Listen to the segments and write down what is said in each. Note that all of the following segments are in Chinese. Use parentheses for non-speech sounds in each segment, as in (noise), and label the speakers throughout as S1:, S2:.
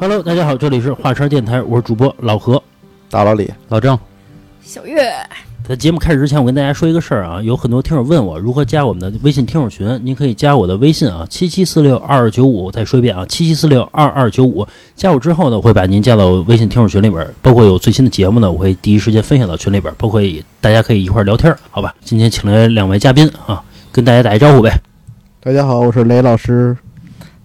S1: Hello，大家好，这里是华山电台，我是主播老何、
S2: 大老李，
S1: 老郑。
S3: 小月，
S1: 在节目开始之前，我跟大家说一个事儿啊，有很多听友问我如何加我们的微信听友群，您可以加我的微信啊，七七四六二二九五，我再说一遍啊，七七四六二二九五。加我之后呢，我会把您加到微信听友群里边儿，包括有最新的节目呢，我会第一时间分享到群里边儿，包括也大家可以一块儿聊天儿，好吧？今天请来两位嘉宾啊，跟大家打一招呼呗。
S2: 大家好，我是雷老师。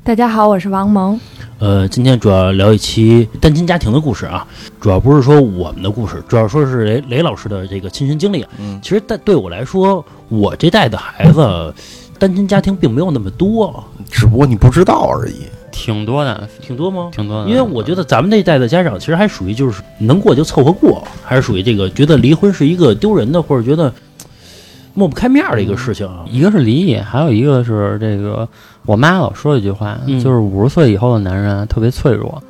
S3: 大家好，我是王萌。
S1: 呃，今天主要聊一期单亲家庭的故事啊，主要不是说我们的故事，主要说是雷雷老师的这个亲身经历。啊
S2: 嗯，
S1: 其实但对我来说，我这代的孩子，单亲家庭并没有那么多，
S2: 只不过你不知道而已。
S4: 挺多的，
S1: 挺多吗？
S4: 挺多的。
S1: 因为我觉得咱们这一代的家长其实还属于就是能过就凑合过，还是属于这个觉得离婚是一个丢人的，或者觉得抹不开面儿的一个事情啊。
S4: 一个是离异，还有一个是这个，我妈老说一句话，
S1: 嗯
S4: 就是五十岁以后的男人啊特别脆弱，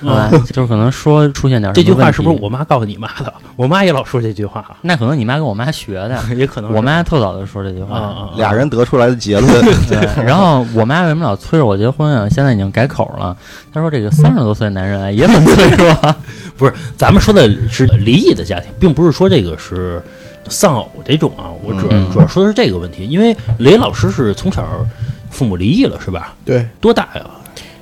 S4: 对吧？ (laughs) 就是可能说出现点
S1: 这
S4: 什
S1: 句
S4: 么问题
S1: 话是不是我妈告诉你妈的？我妈也老说这句话啊，
S4: 那可能你妈跟我妈学 (laughs) 的，
S1: (laughs) 也可能是
S4: 我妈特早就说这句
S1: 啊
S4: 话。
S1: 啊啊
S2: 俩人得出来的结论，
S1: (laughs)
S4: 对，然后我妈为什么老催着我结婚啊？现在已经改口了，她说这个三十多岁的男人啊也很脆弱。
S1: 咱们说的是离异的家庭，并不是说这个是丧偶这种啊。我主要、
S4: 嗯
S1: 主要说的是这个问题，因为雷老师是从小父母离异了，是吧？
S5: 对，
S1: 多大呀？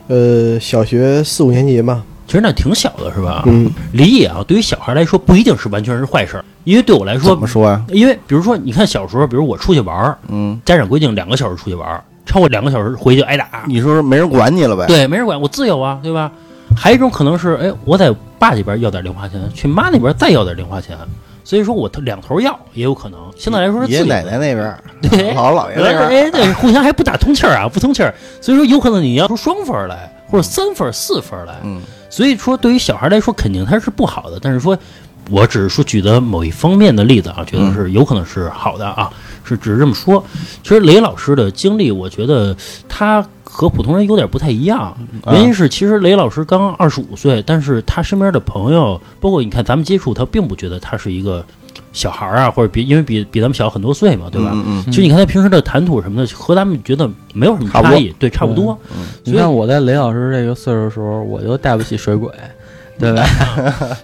S5: 呃，小学四五年级吧，
S1: 其实那挺小的，是吧？
S5: 嗯，
S1: 离异啊，对于小孩来说不一定是完全是坏事儿，因为对我来
S2: 怎
S1: 说
S2: 么，说呀、
S1: 因为比如说你看小时候，比如我出去玩儿，
S2: 嗯，
S1: 家长规定两个小时出去玩儿，超过两个小时回去挨打。
S2: 你说是没人管你了呗？，
S1: 对，没人管，我自由啊，对吧？还有一种可能是，哎，我在爸这边要点零花钱，去妈那边再要点零花钱，所以说我两头要也有可能。相对来说是自
S2: 爷爷
S1: 由的
S2: 奶奶那边 (laughs) 儿，
S1: 对
S2: 姥姥姥爷那边儿，
S1: 哎，对，互相还不打通气儿啊，不通气儿，所以说有可能你要出双分儿来，或者三分儿、四分儿来。
S2: 嗯，
S1: 所以说，对于小孩来说，肯定他是不好的。但是说，我只是说举的某一方面的例子啊，觉
S2: 嗯
S1: 得是有可能是好的啊，是只是这么说。其实雷老师的经历，我觉得他和普通人有点不太一样，
S2: 嗯
S1: 原因是其实雷老师刚二十五岁，但是他身边的朋友，包括你看咱们接触，他并不觉得他是一个小孩儿啊，或者比因为比比咱们小很多岁嘛，对吧？
S2: 嗯
S1: 其实你看他平时的谈吐什么的，和咱们觉得没有什么差异，对，差不多。
S4: (laughs)
S1: 嗯
S4: 你看我在雷老师这个岁数的时候，我就带不起水鬼，对吧？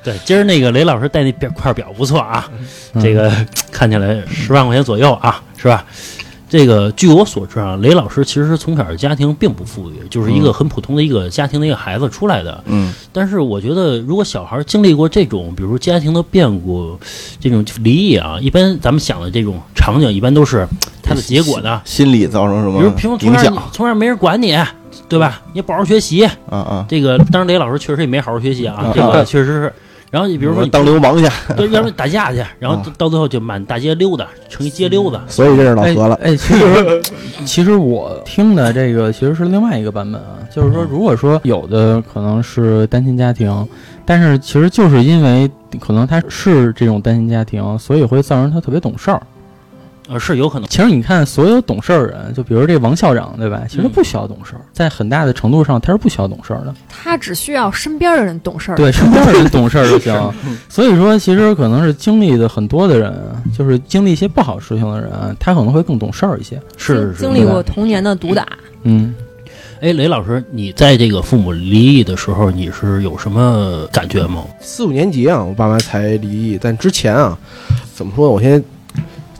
S1: 对，今儿那个雷老师带那表块表不错啊，这个看起来十万块钱左右啊，是吧？这个据我所知啊，雷老师其实从小家庭并不富裕，就是一个很普通的一个家庭的一个孩子出来的。
S2: 嗯
S1: 但是我觉得，如果小孩经历过这种，比如说家庭的变故，这种离异啊，一般咱们想的这种场景，一般都是他的结果呢
S2: 嗯，，心理造成什
S1: 比如平
S2: 么
S1: 时从
S2: 影
S1: 小
S2: 响
S1: 你从小没人管你，对吧？你不好好学习，
S2: 啊啊？
S1: 这个当然雷老师确实也没好好学习啊，这个确实是。然后你比如说你
S2: 当流氓去，
S1: 对，要不然打架去，然后到最后就满大街溜达，成一街溜子。
S5: 所以认识老何了。
S4: 哎。哎，其实其实我听的这个其实是另外一个版本啊，就是
S5: 嗯
S4: 说，如果说有的可能是单亲家庭，但是其实就是因为可能他是这种单亲家庭，所以会造成他特别懂事儿。
S1: 呃，是有可能。
S4: 其实你看，所有懂事儿人，就比如这王校长，对吧？其实他
S1: 嗯
S4: 不需要懂事儿，在很大的程度上他是不需要懂事儿的。
S3: 他只需要身边的人懂事儿。
S4: 对，身边的人懂事儿就行。 (laughs) 所以说，其实可能是经历的很多的人，就是经历一些不好事情的人，他可能会更懂事儿一些。
S1: 是是。
S3: 经历过童年的毒打，
S4: 嗯，
S1: 哎，雷老师，你在这个父母离异的时候，你是有什么感觉吗？
S5: 四五年级啊，我爸妈才离异，但之前啊，怎么说呢？我先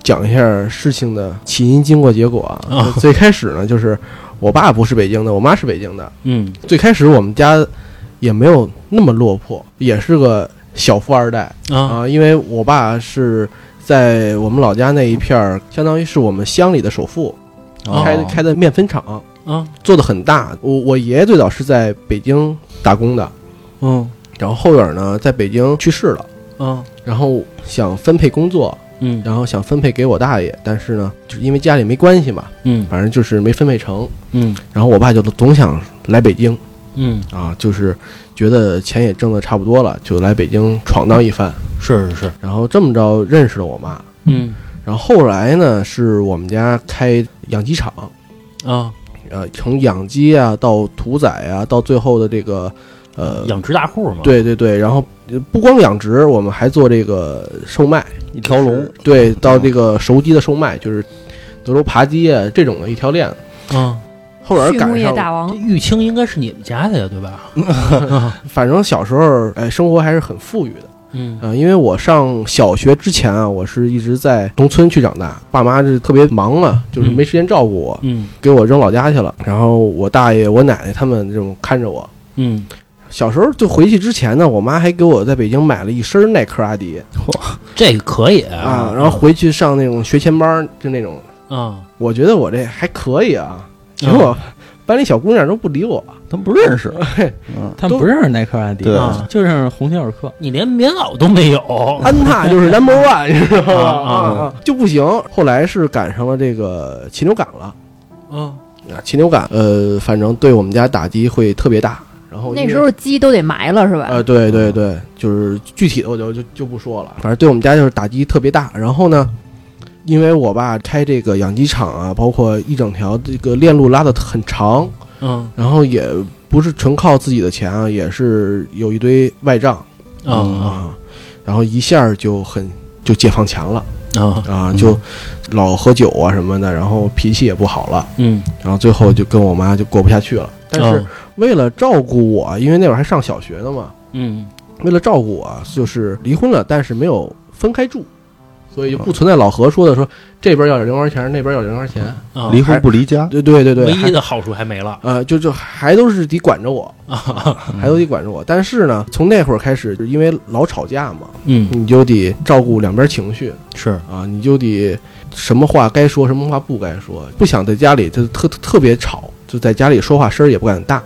S5: 讲一下事情的起因、经过、结果啊。
S1: 啊
S5: 最开始呢，就是我爸不是北京的，我妈是北京的。
S1: 嗯
S5: 最开始我们家也没有那么落魄，也是个小富二代。
S1: 啊
S5: 啊，因为我爸是在我们老家那一片儿，相当于是我们乡里的首富，
S1: 哦
S5: 开开的面粉厂，
S1: 啊
S5: 做的很大。我我爷爷最早是在北京打工的，
S1: 嗯
S5: 然后后边呢在北京去世了，
S1: 啊
S5: 然后想分配工作，
S1: 嗯
S5: 然后想分配给我大爷，但是呢，就是因为家里没关系嘛，
S1: 嗯
S5: 反正就是没分配成。
S1: 嗯
S5: 然后我爸就总想来北京
S1: 嗯，
S5: 啊，就是觉得钱也挣的差不多了，就来北京闯荡一番。
S1: 是是是，
S5: 然后这么着认识了我妈。
S1: 嗯
S5: 然后后来呢，是我们家开养鸡场，
S1: 啊，
S5: 呃，从养鸡啊到屠宰啊，到最后的这个呃，
S1: 养殖大户嘛。，
S5: 对对对，然后呃不光养殖，我们还做这个售卖，
S2: 一条龙，
S5: 对，到这个熟鸡的售卖，就是德州扒鸡啊这种的一条链。
S1: 啊
S5: 后边
S3: 畜牧
S5: 赶
S3: 业
S5: 上
S3: 大王
S1: 这，玉清应该是你们家的呀，对吧？
S5: 反正小时候，哎，生活还是很富裕的。
S1: 嗯
S5: 嗯、因为我上小学之前啊，我是一直在农村去长大，爸妈是特别忙嘛，就是没时间照顾我，
S1: 嗯
S5: 给我扔老家去了。然后我大爷、我奶奶他们这种看着我。
S1: 嗯，
S5: 小时候就回去之前呢，我妈还给我在北京买了一身耐克阿迪
S1: 这个可以
S5: 啊，然后回去上那种学前班儿，就那种。
S1: 啊，
S5: 我觉得我这还可以啊，结果
S1: 嗯
S5: 班里小姑娘都不理我，
S2: 他们不认识，嗯，
S4: 他们不认识耐克阿迪，
S2: 对
S1: 啊
S4: 就认识红星尔克。
S1: 你连棉袄都没有，
S5: 安踏就是 number one，你知道吗？
S1: 啊啊啊
S5: 就不行。后来是赶上了这个禽流感了
S1: 嗯
S5: 啊，禽流感，呃，反正对我们家打击会特别大。然后因为
S3: 那时候鸡都得埋了是吧？
S5: 呃，对对对，就是具体的我就就就不说了，反正对我们家就是打击特别大。然后呢，因为我爸开这个养鸡场啊，包括一整条这个链路拉的很长，
S1: 嗯
S5: 然后也不是纯靠自己的钱啊，也是有一堆外账
S1: 啊
S5: 啊，然后一下儿就很就解放前了
S1: 啊
S5: 啊，
S1: 嗯
S5: 就老喝酒啊什么的，然后脾气也不好了，
S1: 嗯，
S5: 然后最后就跟我妈就过不下去了。但是
S1: 啊
S5: 为了照顾我，因为那会儿还上小学呢嘛，
S1: 嗯
S5: 为了照顾我，就是离婚了，但是没有分开住，所以就不
S1: 嗯
S5: 存在老何说的说这边要点零花钱，那边要点零花钱。
S1: 啊，
S2: 离婚不离家，
S5: 对对对对，
S1: 唯
S5: 还
S1: 一的好处还没了
S5: 呃，就就还都是得管着我，
S1: 啊，
S5: 还都得管着我。但是呢，从那会儿开始，就因为老吵架嘛，
S1: 嗯
S5: 你就得照顾两边情绪
S1: 是，
S5: 啊，你就得什么话该说，什么话不该说，不想在家里就特特特别吵，就在家里说话声儿也不敢大。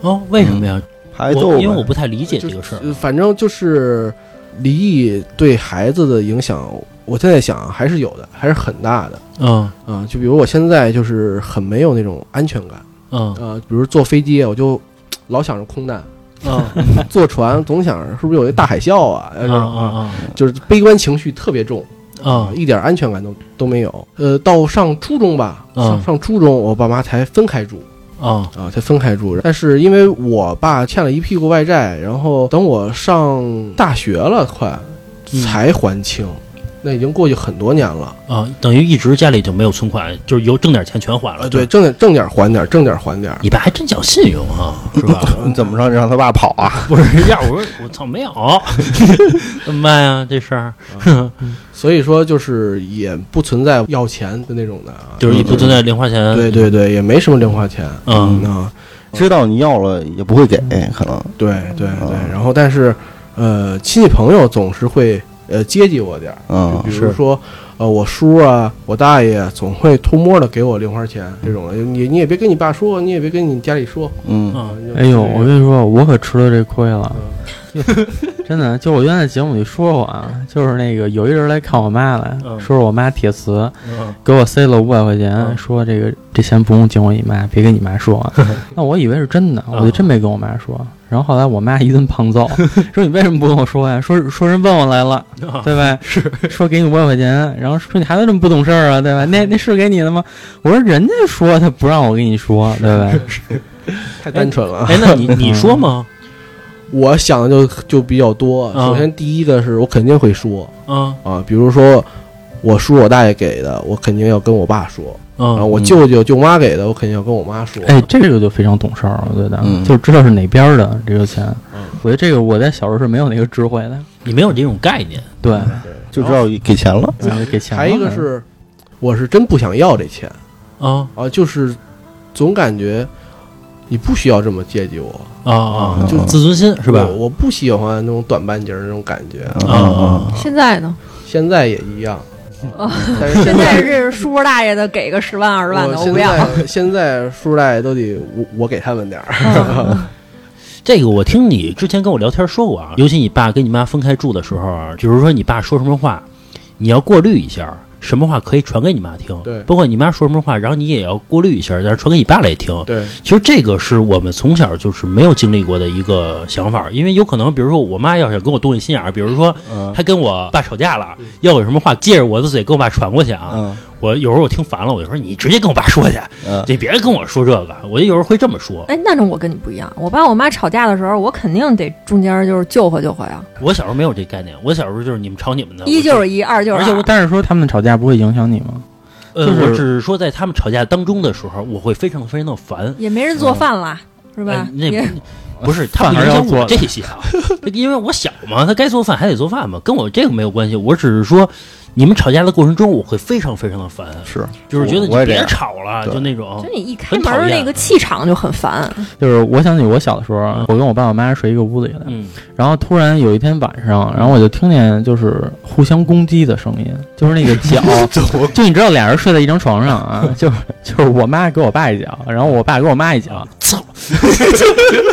S1: 哦，为什么呀？
S2: 还
S1: 我
S2: 斗呗
S1: 因为我不太理解这个事
S5: 就
S1: 儿啊
S5: 是反正就是离异对孩子的影响，我现在想还是有的，还是很大的
S1: 嗯
S5: 啊、就比如我现在就是很没有那种安全感
S1: 嗯
S5: 啊、比如坐飞机我就老想着空难， (laughs)
S1: 嗯
S5: 坐船总想着是不是有一大海啸啊，
S1: 啊啊
S5: 就是悲观情绪特别重
S1: 啊啊
S5: 一点安全感都都没有。呃，到上初中吧，
S1: 嗯
S5: 上上初中我爸妈才分开住。
S1: 啊
S5: 啊，才分开住。但是因为我爸欠了一屁股外债，然后等我上大学了快，
S1: 嗯
S5: 才还清，那已经过去很多年了。
S1: 啊！等于一直家里就没有存款，就是有挣点钱全还了。
S5: 啊，对，，挣点挣点儿还点儿，挣点儿还点儿。
S1: 你爸还真讲信用啊，是
S5: (laughs)
S1: 吧？
S2: 你怎么着让他爸跑啊？
S1: 不是，要我我操
S5: (laughs)
S1: 没有，怎么办呀？这事儿
S5: 所以说就是也不存在要钱的那种的啊，
S1: 就是也不存在零花钱。
S5: 对对对，也没什么零花钱。
S1: 嗯
S5: 啊，
S2: 知道你要了也不会给，可能
S5: 对对对。
S1: 嗯
S5: 然后但是，呃，亲戚朋友总是会呃接济我点儿。就
S2: 嗯
S5: 比如说，呃，我叔啊，我大爷总会偷摸的给我零花钱这种的，你你也别跟你爸说，你也别跟你家里说。
S2: 嗯，
S1: 嗯
S5: 就
S4: 哎呦，
S5: 是
S4: 我跟你说，我可吃了这亏了，嗯 (laughs) 真的。就我原来节目里说过啊，就是那个有一人来看我妈来，
S1: 嗯
S4: 说是我妈铁磁，
S1: 嗯
S4: 给我塞了五百块钱，
S1: 嗯
S4: 说这个这钱不用经过你妈，别跟你妈说啊。那我以为是真的，我就真没跟我妈说。然后后来我妈一顿胖揍， (laughs) 说你为什么不跟我说呀？说说人问我来了，
S1: 啊
S4: 对
S5: (laughs)
S4: 吧？是说给你五百块钱，然后说你孩子这么不懂事儿啊，对吧？
S5: (laughs)
S4: 那那是给你的吗？我说人家说他不让我跟你说，对
S5: (laughs)
S4: 吧？
S5: 太单纯了。啊
S1: 哎，那你你说吗？
S5: 我想的就就比较多。
S1: 嗯
S5: 首先第一个是我肯定会说
S1: 嗯
S5: 啊，比如说我叔我大爷给的，我肯定要跟我爸说。啊，
S1: 嗯
S5: 我舅舅舅妈给的，我肯定要跟我妈说。
S4: 哎，这个就非常懂事儿，我觉得，啊
S2: 嗯
S4: 就知道是哪边儿的这个钱。
S5: 嗯
S4: 我觉得这个我在小时候是没有那个智慧的，
S1: 你没有这种概念。
S4: 对，
S2: 就知道给钱了，
S4: 然后给钱
S5: 嗯
S4: 了。
S5: 还有一个是，我是真不想要这钱
S1: 啊
S5: 啊，就是总感觉你不需要这么接济我。
S1: 啊啊！
S2: 嗯
S1: 就自尊心是吧？
S5: 我我不喜欢那种短半截儿那种感觉，
S1: 啊啊
S3: 现在
S1: (laughs)
S3: 呢？
S5: 现在也一样。
S3: 啊
S5: 但是
S3: 现 (laughs) 在这是叔叔大爷的，给个十万二十万的，我
S5: 现
S3: 不要。
S5: 在现在叔叔大爷都得我我给他们点儿。
S3: (laughs)
S1: 这个我听你之前跟我聊天说过啊，尤其你爸跟你妈分开住的时候啊，比如说你爸说什么话，你要过滤一下，什么话可以传给你妈听，
S5: 对
S1: 包括你妈说什么话，然后你也要过滤一下，然后传给你爸来听。
S5: 对，
S1: 其实这个是我们从小就是没有经历过的一个想法，因为有可能，比如说我妈要想跟我动一心眼儿，比如说
S2: 嗯
S1: 她跟我爸吵架了，要有什么话借着我的嘴跟我爸传过去啊。
S2: 嗯
S1: 我有时候我听烦了，我就说你直接跟我爸说去，
S2: 嗯
S1: 你别跟我说这个。我就有时候会这么说。
S3: 哎，那种我跟你不一样，我爸我妈吵架的时候，我肯定得中间就是救和救和呀，
S1: 我小时候没有这概念，我小时候就是你们吵你们的，
S3: 一
S1: 我
S3: 就是一，二就是
S1: 而且
S3: 二
S1: 我。
S4: 但是说他们吵架不会影响你吗？
S1: 呃，
S4: 就是
S1: 我只是说在他们吵架当中的时候，我会非常非常的烦。
S3: 也没人做饭了，是吧
S1: 哎？那
S3: 也
S2: (laughs)
S1: 不不是他
S4: 饭
S1: 不
S4: 还
S1: 影
S4: 是要
S1: 响
S4: 做
S1: 我
S4: 的
S1: 这些啊， (laughs) 因为我小嘛，他该做饭还得做饭嘛，跟我这个没有关系。我只是说，你们吵架的过程中，我会非常非常的烦，
S2: 是
S1: 就是觉得
S2: 我也
S1: 你
S2: 这
S1: 别
S2: 样
S1: 吵了，
S2: 对
S1: 就那种
S3: 就。你一开
S1: 很讨
S3: 门儿
S1: 厌
S3: 那个气场就
S1: (laughs)
S3: 很烦，
S4: 就是我想起我小的时候啊
S1: 嗯，
S4: 我跟我爸我妈睡一个屋子里的，
S1: 嗯，
S4: 然后突然有一天晚上，然后我就听见就是互相攻击的声音，就是那个
S1: (laughs)
S4: 脚，就你知道俩人睡在一张床上啊， (laughs) 就是就是我妈给我爸一脚，然后我爸给我妈一脚，
S1: 操，
S4: (laughs)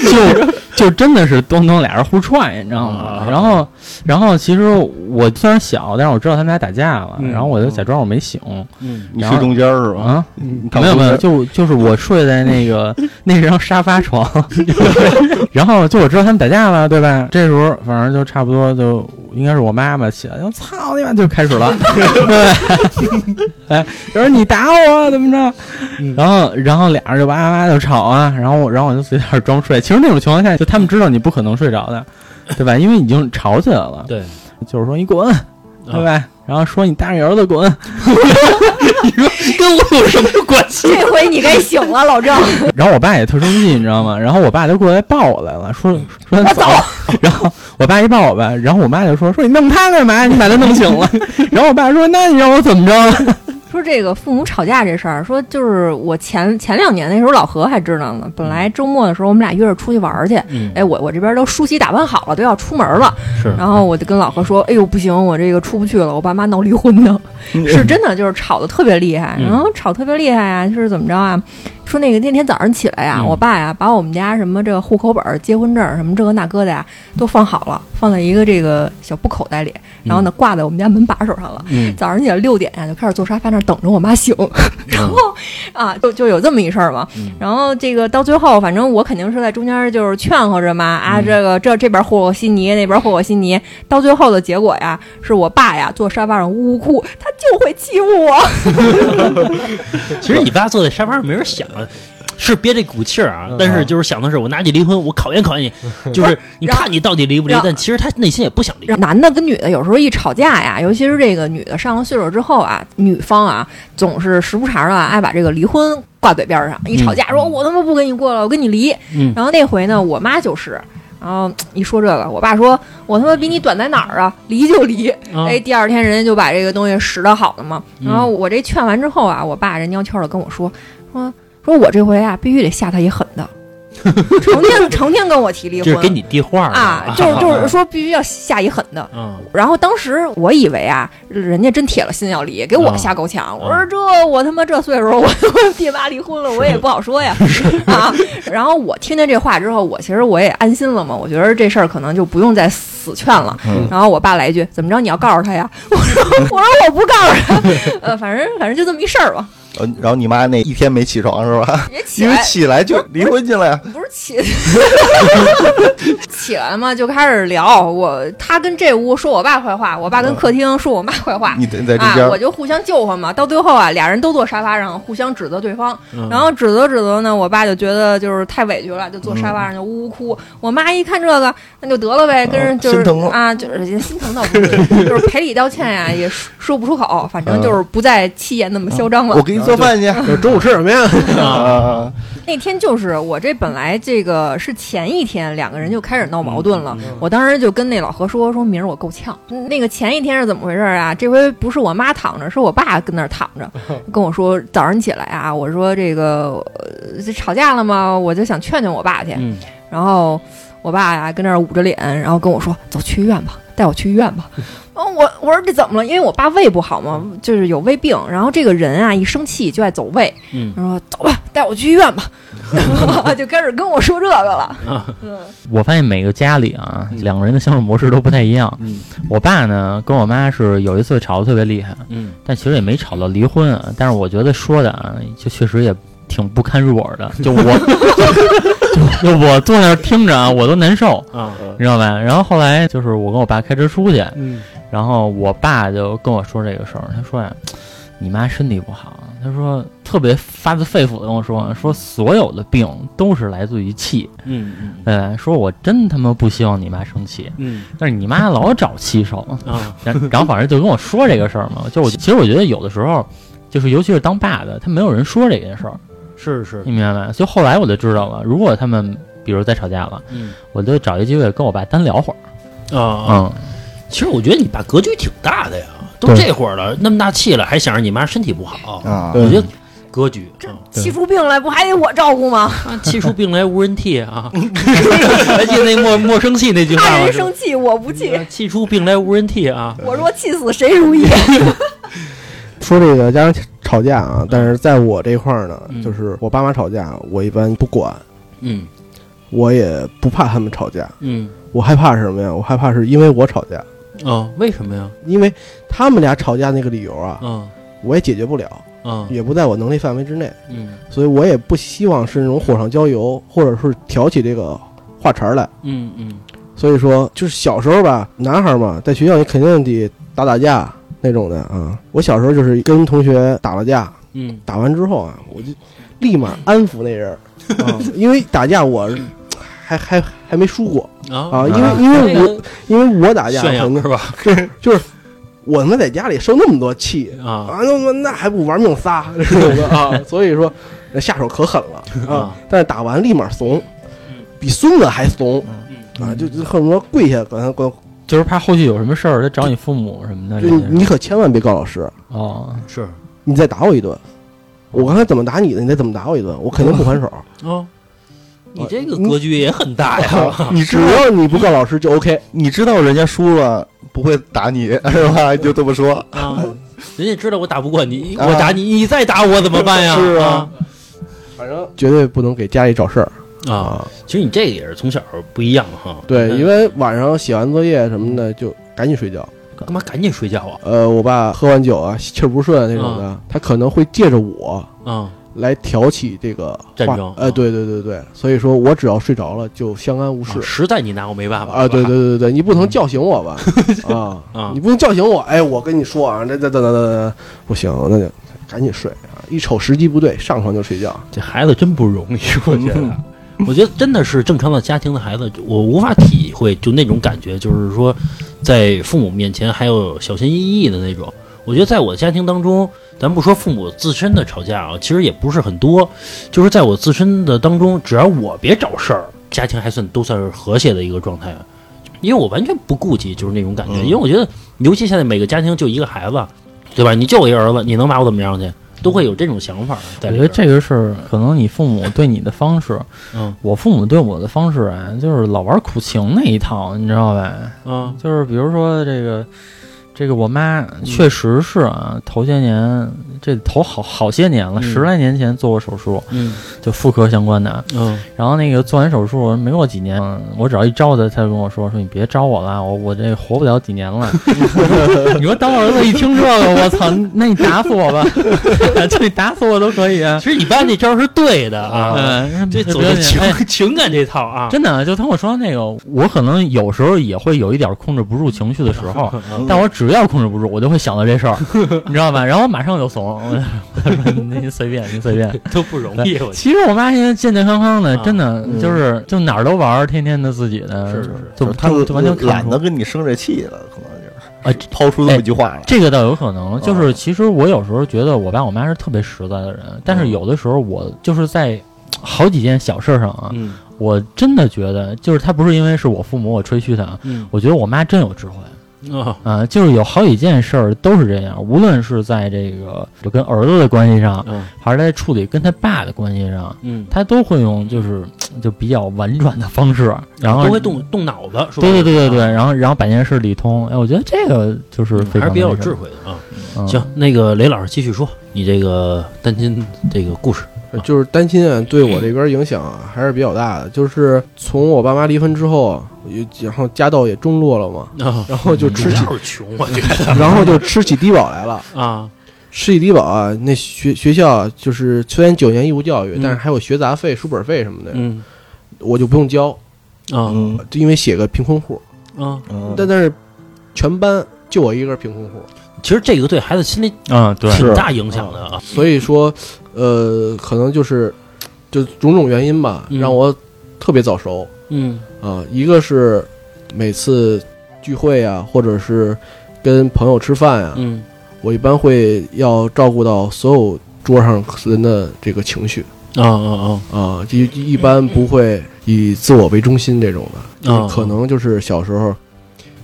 S4: 就就真的是咚咚俩人互踹，你知道吗
S1: 啊？
S4: 然后然后其实我虽然小，但是我知道他们俩打架了，
S1: 嗯
S4: 然后我就假装我没醒
S1: 嗯，
S2: 你
S4: 然
S2: 睡
S4: 后
S2: 中间儿是吧？
S4: 啊。
S2: 你躺
S4: 没有
S2: 中
S4: 没
S2: 间
S4: 有，
S2: 儿
S4: 就就是我睡在那个那张沙发床，然后就我知道他们打架了，对吧？这时候反正就差不多就应该是我妈妈起来，我操你妈就开始了， (laughs) 对吧？哎，就说你打我怎么着？然后然后俩人就哇哇哇就吵啊，然后我然后我就随便装睡。其实那种情况下，就他们知道你不可能睡着的，对吧？因为已经吵起来了，
S1: 对，
S4: 就是说你滚，对吧？然后说你大着儿子滚，
S1: 跟我有什么关系？
S3: 这回你该醒了，老郑。
S4: 然后我爸也特生气，你知道吗？然后我爸就过来抱嗯我来了，说说他走。 (laughs) 然后我爸一抱我吧，然后我妈就说说你弄他干嘛？你把他弄醒 (laughs) 了。然后我爸说那你让我怎么着？
S3: 说这个父母吵架这事儿，说就是我前前两年那时候老何还知道呢。本来周末的时候我们俩约着出去玩儿去，
S1: 嗯，
S3: 哎，我我这边都梳洗打扮好了，都要出门了。
S1: 是
S3: 然后我就跟老何说：“哎呦，不行，我这个出不去了，我爸妈闹离婚呢。” (laughs) 是真的，就是吵得特别厉害，
S1: 嗯
S3: 然后吵特别厉害啊，就是怎么着啊？说那个那天早上起来呀、
S1: 嗯
S3: 我爸呀、把我们家什么这个户口本儿、结婚证儿什么这个那个的呀、都放好了，放在一个这个小布口袋里，然后呢挂在我们家门把手上了。
S1: 嗯，
S3: 早上起来六点呀、就开始坐沙发那儿等着我妈醒，然后啊，就就有这么一事儿嘛。然后这个到最后，反正我肯定是在中间就是劝和着妈啊，这个这这边和和稀泥，那边和和稀泥。到最后的结果呀，是我爸呀坐沙发上呜呜哭，他就会欺负我。
S1: (laughs) 其实你爸坐在沙发上没人想。啊是憋这股气儿
S6: 嗯
S1: 啊，但是就是想的是，我拿你离婚，我考验考验
S6: (laughs)
S1: 你，就是你
S3: 然后
S1: 看你到底离不离
S3: 然。后
S1: 但其实他内心也不想离，
S3: 男的跟女的有时候一吵架呀，尤其是这个女的上了岁数之后啊，女方啊总是时不常的啊爱把这个离婚挂嘴边儿上，一吵架说我他妈不跟你过了，我跟你离。
S1: 嗯
S3: 然后那回呢，我妈就是。然后一说这个，我爸说：“我他妈比你短在哪儿啊？离就离。
S1: 啊
S3: 哎，第二天人家就把这个东西拾掇好了嘛。
S1: 嗯
S3: 然后我这劝完之后啊，我爸人蔫悄的跟我说：“说说我这回啊，必须得吓他一狠
S1: (laughs)
S3: 的，成天成天跟我提离
S1: 就
S3: 婚
S1: 是给你递话儿
S3: 啊，
S1: (laughs)
S3: 就是就是说必须要吓一狠的。”
S1: 嗯，
S3: 然后当时我以为啊，人家真铁了心要离，给
S2: 啊
S3: 我吓够呛。我说这我他妈这岁数，我 (laughs) 我爹妈离婚了，我也不好说
S2: (laughs)
S3: 呀 (laughs) 啊。然后我听见这话之后，我其实我也安心了嘛，我觉得这事儿可能就不用再死劝了。
S2: 嗯
S3: 然后我爸来一句：“怎么着？你要告诉他呀？” (laughs) 我说：“我说我不告诉他。 (laughs) 呃，反正反正就这么一事儿吧，
S2: 呃然后你妈那一天没起床是吧？ (laughs)
S3: 也起
S2: 因为
S3: 来
S2: 起来啊就离婚去了呀。
S3: 不是起起来嘛，就开始聊。我他跟这屋说我爸坏话，我爸
S2: 嗯
S3: 跟客厅说我妈坏话。
S2: 你得在中间
S3: (laughs) 啊，我
S2: 儿，
S3: 就互相救唤嘛。到最后啊，俩人都坐沙发上，互相指责对方。
S1: 嗯
S3: 然后指责指责呢，我爸就觉得就是太委屈了，就坐沙发上就呜呜哭。我妈一看这个，那就得了呗，跟人
S2: 哦
S3: 就是
S2: 嗯心疼了
S3: 啊，就是心疼倒不是，就是赔礼道歉呀、也说说不出口，反正就是不再气焰那么嚣张了
S2: (laughs) 我。给你做饭去
S5: 中午吃什么呀？
S2: 啊！
S3: 那天就是我这本来这个是前一天两个人就开始闹矛盾
S1: 嗯
S3: 了，我当时就跟那老何说说明儿我够呛。那个前一天是怎么回事儿啊？这回不是我妈躺着，是我爸跟那儿躺
S1: (laughs)
S3: 着，跟我说早上起来啊，我说这个、呃、这吵架了吗？我就想劝劝我爸去，
S1: 嗯
S3: 然后我爸呀跟那儿捂着脸，然后跟我说走去医院吧，带我去医院
S1: (laughs)
S3: 吧。哦，我我说这怎么了？因为我爸胃不好嘛，就是有胃病，然后这个人啊一生气就爱走胃，
S1: 嗯
S3: 他说：“走吧，带我去医院吧。” (laughs) 就开始跟我说这个了。
S4: 我发现每个家里啊，两个人的相处模式都不太一样。
S1: 嗯
S4: 我爸呢跟我妈是有一次吵得特别厉害，
S1: 嗯
S4: 但其实也没吵到离婚啊。但是我觉得说的啊，就确实也挺不堪入 (laughs) 耳的。就我，就就我坐那儿听着啊，我都 (laughs) 难
S6: 嗯
S4: 受。
S1: 啊
S4: 你知道吧？然后后来就是我跟我爸开车出去，
S5: 嗯，
S4: 然后我爸就跟我说这个事儿，他说呀，你妈身体不好，他说特别发自肺腑的跟我说，说所有的病都是来自于气，
S1: 嗯嗯
S4: 呃，说我真他妈不希望你妈生气，
S1: 嗯
S4: 但是你妈老找气受，
S1: 啊
S2: (laughs)
S4: 然然后反正就跟我说这个事儿嘛，就我其实我觉得有的时候。
S6: 就是尤其是当爸的，他没有人说这件事儿，
S1: 是是
S6: 你，明白吗？所以后来我就知道了，如果他们比如再吵架了，
S1: 嗯
S6: 我就找一机会跟我爸单聊会儿。
S1: 啊啊，
S6: 嗯，
S1: 其实我觉得你爸格局挺大的呀，都
S6: 对
S1: 这会儿了，那么大气了，还想着你妈身体不好
S2: 啊
S1: 我觉得格局，啊 (laughs)
S3: 气出病来不还得我照顾吗？
S1: 啊，气出病来无人替
S6: (laughs)
S1: 啊！还记得那莫莫生气那句话
S3: 爱
S1: 吗？
S3: 人
S1: 是吧
S3: 生气我不气，
S1: 啊气出病来无人替啊！
S3: 我若气死谁如意？
S5: (laughs) 说这个家人吵架啊，但是在我这块儿呢，
S1: 嗯
S5: 就是我爸妈吵架，我一般不管，
S1: 嗯
S5: 我也不怕他们吵架，
S1: 嗯
S5: 我害怕是什么呀？我害怕是因为我吵架，
S1: 哦，为什么呀？
S5: 因为他们俩吵架那个理由啊，
S1: 嗯
S5: 我也解决不了，
S1: 嗯
S5: 也不在我能力范围之内，
S1: 嗯
S5: 所以我也不希望是那种火上浇油，或者是挑起这个话茬儿来。
S1: 嗯嗯
S5: 所以说，就是小时候吧，男孩儿嘛，在学校你肯定得打打架那种的啊。我小时候就是跟同学打了架，
S1: 嗯
S5: 打完之后啊，我就立马安抚那人儿，啊， (laughs) 因为打架我还还还没输过，啊因为因为我因为我打架
S1: 炫
S5: 肯
S1: 耀
S5: 定
S1: 是吧？
S5: 就是我他妈在家里受那么多气
S1: 啊 (laughs)
S5: 啊，那那那还不玩命撒这种的 (laughs) 啊，所以说那下手可狠了啊
S1: 啊，
S5: 但是打完立马怂，比孙子还怂啊，就就恨不得跪下管他管，
S6: 就是怕后续有什么事儿，他找你父母什么的。
S5: 就
S6: 这
S5: 你
S6: 些
S4: 嗯
S5: 你可千万别告老师，
S6: 哦，
S1: 是
S5: 你再打我一顿。我刚才怎么打你的，你再怎么打我一顿，我肯定不 (laughs) 还手。
S1: 哦，你这个格局也很大呀！ (laughs)
S2: (laughs)
S5: 你
S6: (laughs)
S5: 只要你不告老师就 OK。
S2: 你知道人家输了不会打你 (laughs) 是吧？就这么说，
S1: 啊，人家知道我打不过你，
S2: 啊
S1: 我打你，你再打我怎么办 (laughs) 呀？
S2: 是
S1: 啊
S2: 啊
S5: 反正绝对不能给家里找事儿
S1: 啊！！其实你这个也是从小不一样哈。
S5: 对，因
S1: 为
S5: 为晚上写完作业什么的就赶紧睡觉。
S1: 干嘛赶紧睡觉啊？
S5: 呃，我爸喝完酒啊，气儿不顺那种的，他可能会借着我
S1: 啊
S5: 来挑起这个
S1: 战
S5: 话
S1: 争
S5: 呃，
S1: 啊
S5: 对对对对，所以说我只要睡着了就相安无
S1: 啊
S5: 事。
S1: 实在你拿我没办法
S5: 啊，
S1: 是吧
S5: 对对对对，你不能叫醒我
S1: (laughs)
S5: 吧？啊
S1: 啊
S5: 你不能叫醒我！哎，我跟你说啊，这这这这这不行，那就赶紧睡啊！一瞅时机不对，上床就睡觉。
S1: 这孩子真不容易，我觉
S6: (laughs)
S1: 得。我觉得真的是正常的家庭的孩子，我无法体会就那种感觉，就是说，在父母面前还有小心翼翼的那种。我觉得在我的家庭当中，咱不说父母自身的吵架啊，其实也不是很多，就是在我自身的当中，只要我别找事儿，家庭还算都算是和谐的一个状态。因为我完全不顾及就是那种感觉，
S6: 嗯
S1: 因为我觉得，尤其现在每个家庭就一个孩子，对吧？你就我一儿子，你能把我怎么样去？都会有这种想法
S6: 我
S1: 在里边。
S6: 觉得这个事儿，可能你父母对你的方式，
S1: 嗯
S6: 我父母对我的方式啊，就是老玩苦情那一套，你知道吧？
S1: 啊，
S6: 就是比如说这个，这个我妈
S1: 嗯
S6: 确实是啊，头些年这头好好些年了，
S1: 嗯
S6: 十来年前做过手术，
S1: 嗯
S6: 就妇科相关的。
S1: 嗯
S6: 然后那个做完手术没过几年，嗯我只要一招他，他就跟我说说你别招我了，我我这活不了几
S1: (laughs)
S6: 年了。你说当我儿子一听这个，我操，那你打死
S1: (laughs)
S6: 我吧， (laughs) 就你打死我都可以啊。
S1: 其实你爸那招是对的啊，
S6: 嗯，
S1: 这走啊
S6: 别
S1: 的
S6: 介
S1: 情
S6: 哎
S1: (laughs) 情感这套啊，
S6: 真的，就听我说那个，我可能有时候也会有一点控制不住情绪的时
S1: (laughs)
S6: 候，但我只要控制不住，我就会想到这事儿，你知道吧？然后马上就怂，
S1: (laughs)
S6: 我就说您随便，您随便。
S1: 都不容易，我觉
S6: 其实我妈现在健健康康的，
S1: 啊
S6: 真的就是就哪儿都玩儿，天天的自己的，
S1: 是是是
S6: 就她
S2: 就
S6: 就完全看不出
S2: 懒得跟你生这气了，可能就是
S6: 哎
S2: 抛出这么一句话来。
S6: 这个倒有可能，就
S2: 啊
S6: 是其实我有时候觉得我爸我妈是特别实在的人，但是
S1: 嗯
S6: 有的时候我就是在好几件小事上啊
S1: 得，嗯
S6: 我真的觉得就是她不是因为是我父母我吹嘘她啊，
S1: 嗯
S6: 我觉得我妈真有智慧。
S1: 啊
S6: 啊，就是有好几件事儿都是这样，无论是在这个就跟儿子的关系上，
S1: 嗯
S6: 还是在处理跟他爸的关系上，
S1: 嗯，
S6: 他都会用就是就比较婉转的方式，然后
S1: 都会。动动脑子，说
S6: 对对
S1: 白
S6: 对对
S1: 了
S6: 对，
S1: 啊，嗯
S6: 然后然后把这件事理通，哎，我觉得这个就是非常
S1: 还是比较有
S6: 那什
S1: 智
S6: 么
S1: 慧的啊。
S6: 嗯
S1: 行，那个雷老师继续说你这个单亲这个故事，
S5: 呃就是担心啊，对我这边影响啊还是比较大的。就是从我爸妈离婚之后啊，也然后家道也中落了嘛，
S1: 啊，
S5: 然后就
S1: 主
S5: 吃起，
S1: 要是穷，我觉得
S5: 然后就吃起低保来了。
S1: 啊，
S5: 吃起低保啊，那学学校啊就是虽然九年义务教育
S1: 嗯，
S5: 但是还有学杂费、书本费什么的，
S1: 嗯
S5: 我就不用交，
S1: 啊
S2: 嗯
S5: 就因为写个贫困户。
S1: 啊，
S2: 嗯，
S5: 但但是全班就我一个贫困户，
S1: 其实这个对孩子心理
S6: 嗯，对，
S1: 挺大影响的啊，
S5: 所以说，呃，可能就是就种种原因吧，
S1: 嗯
S5: 让我特别早熟。
S1: 嗯
S5: 啊，一个是每次聚会啊，或者是跟朋友吃饭啊，
S1: 嗯
S5: 我一般会要照顾到所有桌上人的这个情绪
S1: 啊啊
S5: 啊，就一一般不会以自我为中心这种的，
S1: 啊！
S5: 可能就是小时候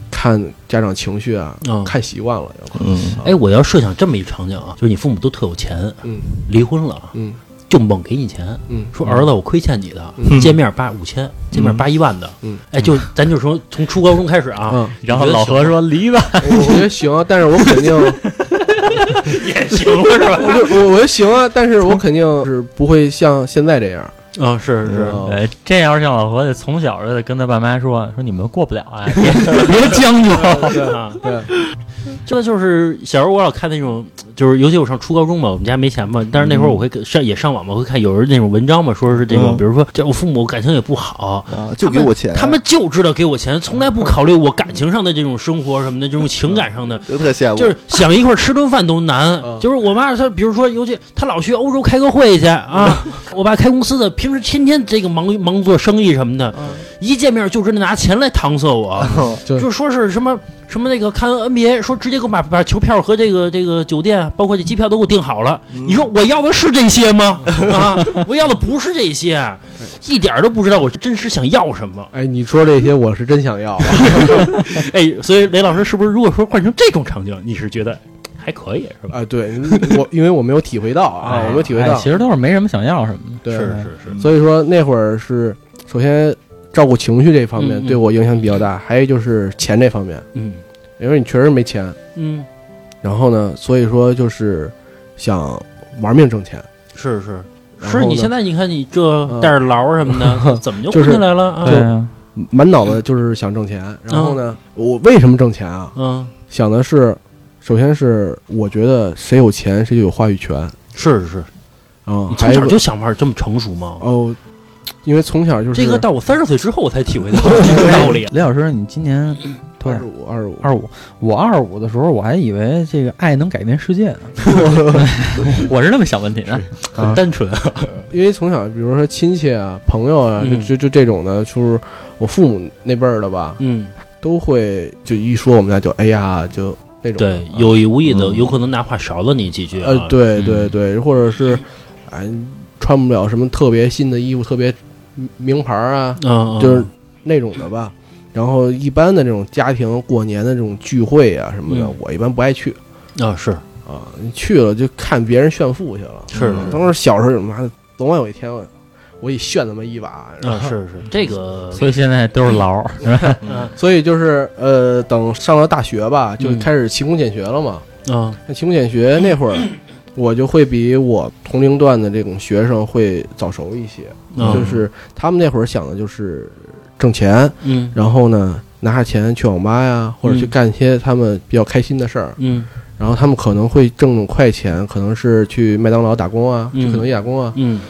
S5: 看家长情绪啊，
S1: 啊，
S5: 看习惯了，有可能啊
S2: 嗯，
S1: 哎，我要设想这么一场景啊，就是你父母都特有钱，
S5: 嗯
S1: 离婚了啊， (laughs)
S5: 嗯
S1: 就猛给你钱，
S5: 嗯
S1: 说儿子我亏欠你的，
S5: 嗯
S1: 见面八五千，见面八一万的，
S5: 嗯
S1: 哎，就咱就说从初高中开始啊，
S5: 嗯，
S1: 然后老何
S4: 说离吧，
S5: 我觉得行，啊但是我
S1: (laughs)
S5: 肯定，
S1: 也 (laughs) 行了是吧？
S5: 我就我我觉得行啊，但是我肯定是不会像现在这样，
S1: 啊，是是是，
S5: 嗯
S6: 呃，这要是像老何，得从小就得跟他爸妈说，说你们过不了 (laughs) 啊，别别将
S1: (laughs)
S6: 就。
S1: 啊，
S5: 对，
S1: (laughs) 这就是小时候我老看那种，就是尤其我上初高中嘛，我们家没钱嘛，但是那会儿我会跟上也上网嘛，会看有人那种文章嘛，说是这种，
S2: 嗯
S1: 比如说这我父母感情也不好。
S2: 啊，就给我钱，
S1: 他们就知道给我钱，从来不考虑我感情上的这种生活什么的，这种情感上的，
S2: 就特羡慕，
S1: 就是想一块儿吃顿饭都难
S5: 嗯。
S1: 就是我妈她，比如说，尤其她老去欧洲开个会去啊， (laughs) 我爸开公司的，平时天天这个忙忙做生意什么的，一见面就知道拿钱来搪塞我，
S5: 对
S1: 哦就说是什么什么那个看 NBA，说直接给我把把球票和这个这个酒店，包括这机票都给我订好了。你说我要的是这些 (laughs) 吗？啊，我要的不是这 (laughs) 些，一点儿都不知道我真实想要什么。
S5: 哎，你说这些我是真想要，啊
S1: 哎，所以雷老师是不是如果说换成这种场景，你是觉得还可以是吧？
S5: 啊，对我，因为我没有体会到啊，我没有体会
S4: 哎
S5: 到，
S4: 其实都是没什么想要什么
S5: 对，
S1: 是是是。
S5: 所以说那会儿是首先照顾情绪这方面
S1: 嗯嗯
S5: 对我影响比较大，还有就是钱这方面，
S1: 嗯
S5: 因为你确实没钱，
S1: 嗯，
S5: 然后呢，所以说就是想玩命挣钱，
S1: 是是
S5: 然后
S1: 是，你
S5: 呢
S1: 现在你看你这带着牢什么的，怎么就
S5: 就是
S1: 混进来了
S4: 的。对
S1: 啊？
S4: 啊，。
S5: 满脑子就是想挣钱，然后呢，我为什么挣钱啊？
S1: 嗯，
S5: 想的是，首先是我觉得谁有钱谁就有话语权啊，
S1: 是是是，
S5: 嗯
S1: 你
S5: 还
S1: 从小
S5: 有
S1: 就想法这么成熟吗？
S5: 哦，因为从小就是
S1: 这个到我三十岁之后我才体会到这个道理
S4: 嗯
S1: 啊
S4: (laughs) 雷老师，你今年多
S5: 二
S4: 少
S5: 十？五二十五
S4: 二五，我二五的时候，我还以为这个爱能改变世界呢，我是那么想问题的。
S1: 很单纯，
S5: 因为从小，比如说亲戚啊、朋友啊，就
S1: 嗯
S5: 就就这种的，就是我父母那辈儿的吧，
S1: 嗯，
S5: 都会就一说我们家就哎呀，就那种啊的
S1: 对，有意无意的，
S2: 嗯
S1: 有可能拿话勺了你几句啊
S5: 呃，，对
S4: 嗯
S5: 对对，或者是哎穿不了什么特别新的衣服，特别名牌儿啊，
S1: 嗯，嗯，
S5: 就是那种的吧。然后一般的这种家庭过年的这种聚会啊什么的
S1: 嗯，
S5: 我一般不爱去
S1: 嗯啊，是
S5: 啊，你去了就看别人炫富去了。
S1: 是
S5: 嗯
S1: 的，
S5: 当时小时候，妈的，总晚有一天我我也炫他妈一把，然
S1: 啊，
S5: 后
S1: 是是这个，嗯
S4: 所以现在都是牢，
S5: 所以就是呃，等上了大学吧，就
S1: 嗯
S5: 开始勤工俭学了嘛。
S1: 啊，
S5: 那勤工俭学那会儿，我就会比我同龄段的这种学生会早熟一些，
S1: 嗯
S5: 就是他们那会儿想的就是挣钱，
S1: 嗯
S5: 然后呢拿下钱去网吧呀，或者去
S1: 嗯
S5: 干一些他们比较开心的事儿。
S1: 嗯
S5: 然后他们可能会挣种快钱，可能是去麦当劳打工啊，
S1: 嗯
S5: 去肯德基打工啊。
S1: 嗯，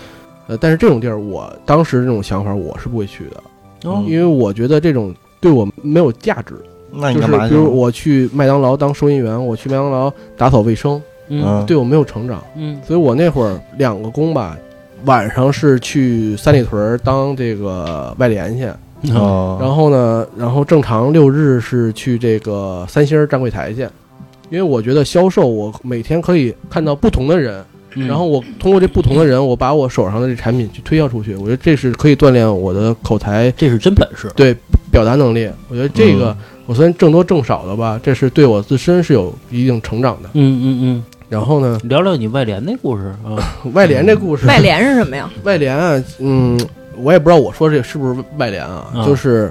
S5: 呃，但是这种地儿，我当时这种想法我是不会去的，
S1: 哦
S5: 因为我觉得这种对我没有价值。
S2: 那你
S5: 就是
S2: 干嘛
S5: 比
S2: 去
S5: 如我去麦当劳当收银员，我去麦当劳打扫卫生，
S1: 嗯
S2: 嗯，
S5: 对我没有成长，
S1: 嗯
S5: 所以我那会儿两个工吧，晚上是去三里屯儿当这个外联去，
S1: 啊
S5: 然
S2: 哦，
S5: 后呢，然后正常六日是去这个三星儿站柜台去。因为我觉得销售，我每天可以看到不同的人，
S1: 嗯
S5: 然后我通过这不同的人，我把我手上的这产品去推销出去，我觉得这是可以锻炼我的口才
S1: 这是真本事，
S5: 对表达能力。我觉得这个、我虽然挣多挣少的吧，这是对我自身是有一定成长的。
S1: 嗯嗯嗯。
S5: 然后呢，
S1: 聊聊你外联那故事啊，
S5: 外联这故事， (laughs)
S3: 外联是什么呀？
S5: 外联啊，嗯，我也不知道我说这是不是外联啊，
S1: 嗯
S5: 就是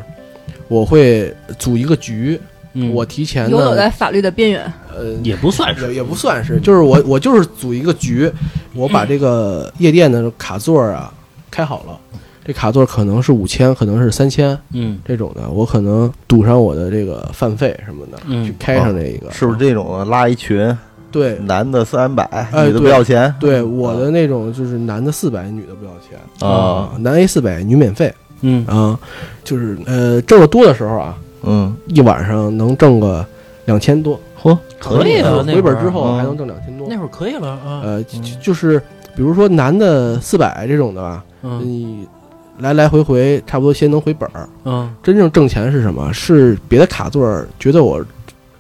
S5: 我会组一个局，
S1: 嗯
S5: 我提前
S3: 游走在
S5: 呢，
S3: 法律的边缘。
S5: 呃，
S1: 也不算是，
S5: 也也不算是，就是我我就是组一个局，我把这个夜店的卡座啊开好了。这卡座可能是五千，可能是三千
S1: 嗯
S5: 这种的，我可能赌上我的这个饭费什么的，去
S1: 嗯
S5: 开上这一个。
S2: 是不是这种的拉一群，
S5: 对，
S2: 男的三百，
S5: 哎
S2: 女的不
S5: 对
S2: 要钱
S5: 对，我的那种就是男的四百，女的不要钱
S2: 啊，，
S5: 男 A 四百，女免费
S1: 嗯
S5: 啊，就是呃挣得多的时候啊，
S2: 嗯，
S5: 一晚上能挣个两千多，
S2: 嚯，
S1: 可以啊
S5: 呃
S1: 那
S5: 回本
S1: 会儿
S5: 之后
S2: 嗯
S5: 还能挣两千多
S1: 那。会儿可以了啊，
S5: 呃，就就是比如说男的四百这种的吧，
S1: 嗯
S5: 你来来回回差不多先能回本儿。
S1: 嗯
S5: 真正挣钱是什么？是别的卡座儿觉得我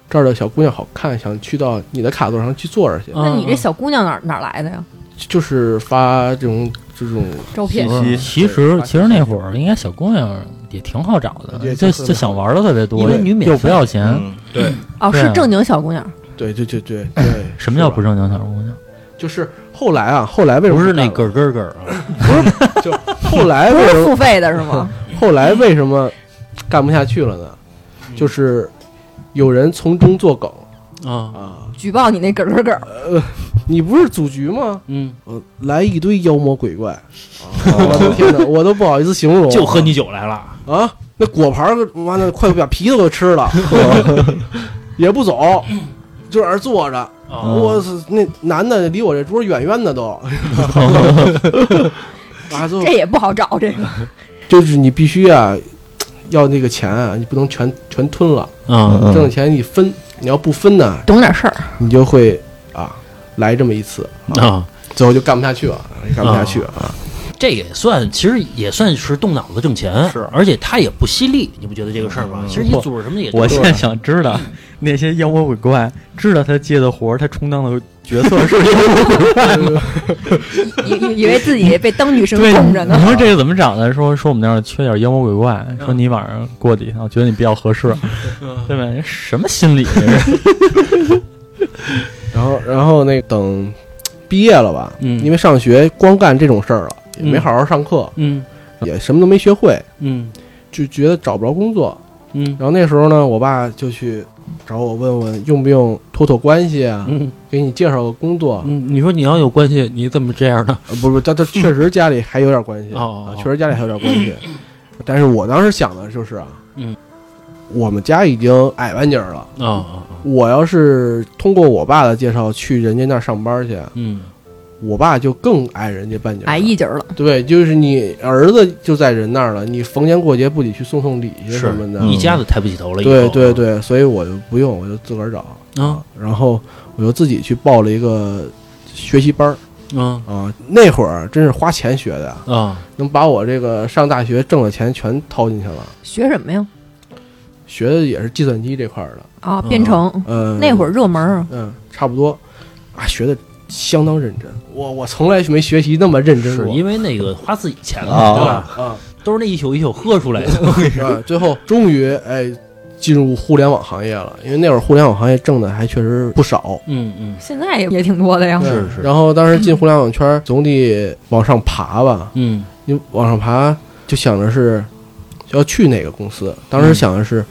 S5: 这儿的小姑娘好看，想去到你的卡座上去坐着去，
S1: 嗯
S3: 那你这小姑娘哪儿哪儿来的呀？
S5: 就是发这种这种
S3: 照片
S2: 信息
S6: 其实其实那会儿应该小姑娘也挺好找的，
S5: 也
S6: 就
S5: 就是
S6: 就想玩的特别多，
S1: 因为女免费
S6: 又不要钱。
S2: 嗯，对，
S3: 哦，
S6: 对
S3: 是
S6: 啊
S3: 正经小姑娘，
S5: 对对对
S6: (laughs)
S5: 对对，
S6: 什么叫
S5: 是吧
S6: 不正经小姑娘？
S5: 就是后来啊，后来为什么
S1: 不是那
S5: 干了
S1: 咯咯咯啊，
S5: 后
S1: (laughs)
S5: 来
S3: 不
S5: 为什
S3: 是
S5: 么
S3: 付费的是吗？
S5: 后来为什么干不下去了呢？就是有人从中作梗
S1: 啊，
S5: 啊！
S3: 举报你那咯咯咯，
S5: 你不是组局吗？
S1: 嗯，
S5: 呃来一堆妖魔鬼怪，
S2: 哦
S6: (laughs)
S5: 我的天哪，我都不好意思形
S1: (laughs)
S5: 容。
S1: 就喝你酒来了，
S5: 啊，那果盘儿完了，快把皮头都吃
S1: (laughs)
S5: 了，也不走，就在那儿坐着。
S1: 啊，
S5: 我操，那男的离我这桌远远
S1: (laughs)
S5: 的都， (laughs) 啊，就
S3: 这也不好找这个。
S5: 就是你必须啊，要那个钱啊，你不能全全吞了。
S1: 嗯，
S5: 挣的
S2: 嗯，
S5: 钱你分，你要不分呢，
S3: 懂点事儿，
S5: 你就会啊来这么一次，
S1: 啊，
S5: 最后就干不下去了，干不下去啊。
S1: 这也算，其实也算是动脑子挣钱，是，嗯而且它也不犀利，你不觉得这个事儿吗？其实你组织什么的也就
S6: 我现在想知道那些妖魔鬼怪知道他接的活儿，他充当的角色是
S3: 以以以为自己被当女神
S6: 对。
S3: 供着呢
S6: 你。说这个怎么找的？说说我们那儿缺点妖魔鬼怪，说你晚上过去一趟，我觉得你比较合适，对吧？什么心理？
S5: 然后，然后那等毕业了吧，
S1: 嗯
S5: 因为上学光干这种事儿了，也没
S1: 嗯
S5: 好好上课，
S1: 嗯
S5: 也什么都没学会，
S1: 嗯
S5: 就觉得找不着工作。
S1: 嗯
S5: 然后那时候呢，我爸就去找我问问用不用托托关系啊，
S1: 嗯
S5: 给你介绍个工作。
S1: 嗯，你说你要有关系，你怎么这样呢？
S5: 呃不不，他他确实家里还有点关系，
S1: 哦
S5: 啊，确实家里还有点关
S1: (coughs)
S5: 系。但是我当时想的就是啊，
S1: 嗯，
S5: 我们家已经矮半截儿了，
S1: 啊啊，
S5: 我要是通过我爸的介绍去人家那儿上班去，
S1: 嗯
S5: 我爸就更矮人家半截儿
S3: (laughs)
S5: 了。
S3: 挨一截儿了，
S5: 对，就是你儿子就在人那儿了，你逢年过节不得去送送礼去
S1: 是
S5: 什么的？
S1: 一家子抬不起头了，
S5: 对对对，所以我就不用，我就自个儿找
S1: 啊，
S5: 然后我就自己去报了一个学习班儿
S1: 啊
S5: 啊。那会儿真是花钱学的，
S1: 啊，
S5: 能把我这个上大学挣的钱全掏进去了。
S3: 学什么呀？
S5: 学的也是计算机这块儿的，
S3: 啊，
S1: 嗯
S3: 编程。
S5: 呃，
S3: 那会儿热门儿，啊
S5: 嗯，差不多啊，学的相当认真。我我从来没学习那么认真
S1: 是
S5: 过，
S1: 因为那个花自己钱了，
S2: 啊
S1: 对吧？
S5: 啊
S1: 都是那一宿一宿喝出 (laughs) 来的。
S5: 啊！最后终于哎进入互联网行业了，因为那会儿互联网行业挣的还确实不少。
S1: 嗯嗯
S3: 现在也也挺多的呀。
S1: 是
S5: 对
S1: 是
S5: 然后当时进互联网圈儿，总得往上爬吧。
S1: 嗯
S5: 你往上爬，就想着是要去哪个公司。当
S1: 嗯
S5: 时想的是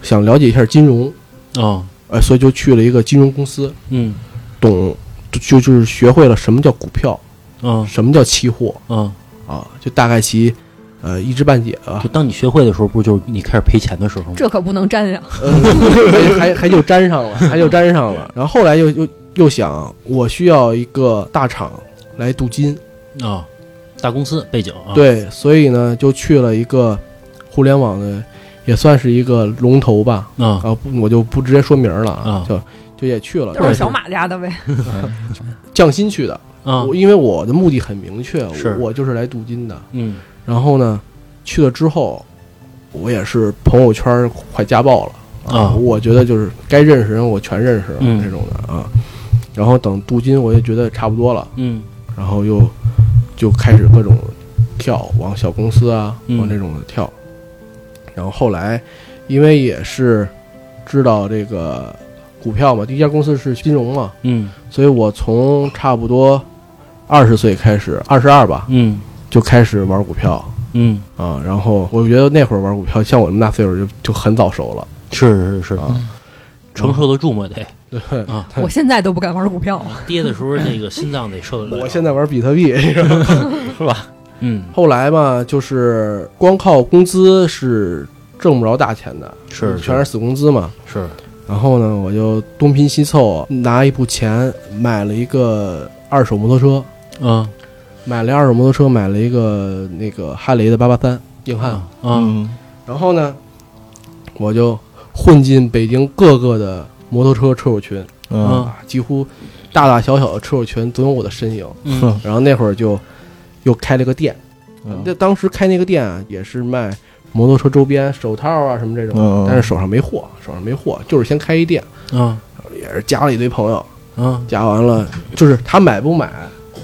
S5: 想了解一下金融，
S1: 哦
S5: 哎，所以就去了一个金融公司，
S1: 嗯
S5: 懂就就就是学会了什么叫股票，
S1: 嗯
S5: 什么叫期货
S1: 嗯，
S5: 啊，就大概其呃一知半解吧
S1: 就。当你学会的时候，不就是你开始赔钱的时候吗？
S3: 这可不能沾呀！
S5: 呃， (laughs) 还还就沾上
S1: (laughs)
S5: 了，还就沾上了。然后后来又又又想，我需要一个大厂来镀金，
S1: 啊，大公司背景啊，
S5: 对，所以呢就去了一个互联网的，也算是一个龙头吧。
S1: 啊
S5: 啊，不我就不直接说名儿了
S1: 啊
S5: 就就也去了，
S3: 都是小马家的呗。
S5: 匠心去的。
S1: 啊
S5: 我因为我的目的很明确，我
S1: 是
S5: 我就是来镀金的。
S1: 嗯
S5: 然后呢，去了之后，我也是朋友圈儿快家暴了
S1: 啊
S5: 我觉得就是该认识人我全认识了、
S1: 嗯
S5: 这种的啊。然后等镀金，我就觉得差不多了，
S1: 嗯
S5: 然后又就开始各种跳，往小公司啊，
S1: 嗯
S5: 往这种的跳。然后后来，因为也是知道这个股票嘛，第一家公司是金融嘛，
S1: 嗯
S5: 所以我从差不多二十岁开始，二十二吧，
S1: 嗯
S5: 就开始玩股票。
S1: 嗯，
S5: 啊，然后我觉得那会儿玩股票，像我们那岁数就就很早熟了
S1: 是是是，
S5: 啊。
S1: 承受得住吗？得
S5: 对，
S1: 啊，
S3: (laughs) 我现在都不敢玩股票，
S1: 跌的时候那个心脏得受得了。
S5: 我现在玩比特币。 (laughs) 是
S1: (laughs)
S5: 吧
S1: 嗯
S5: 后来嘛，就是光靠工资是挣不着大钱的，
S1: 是
S5: 全是死工资嘛。
S1: 是
S5: 然后呢，我就东拼西凑，拿一部钱买了一个二手摩托车，
S1: 啊
S5: 买了二手摩托车，买了一个那个哈雷的八八三硬汉。
S1: 啊啊
S2: 嗯，
S5: 然后呢，我就混进北京各个的摩托车车友群。
S2: 嗯，
S5: 啊，几乎大大小小的车友群总有我的身影。
S1: 嗯
S5: 然后那会儿就又开了个店
S2: 嗯，
S5: 那、当时开那个店啊，也是卖摩托车周边手套啊什么这种，
S2: 嗯，
S5: 但是手上没货，手上没货，就是先开一店，
S1: 啊
S5: 也是加了一堆朋友，
S1: 啊，
S5: 加完了就是他买不买，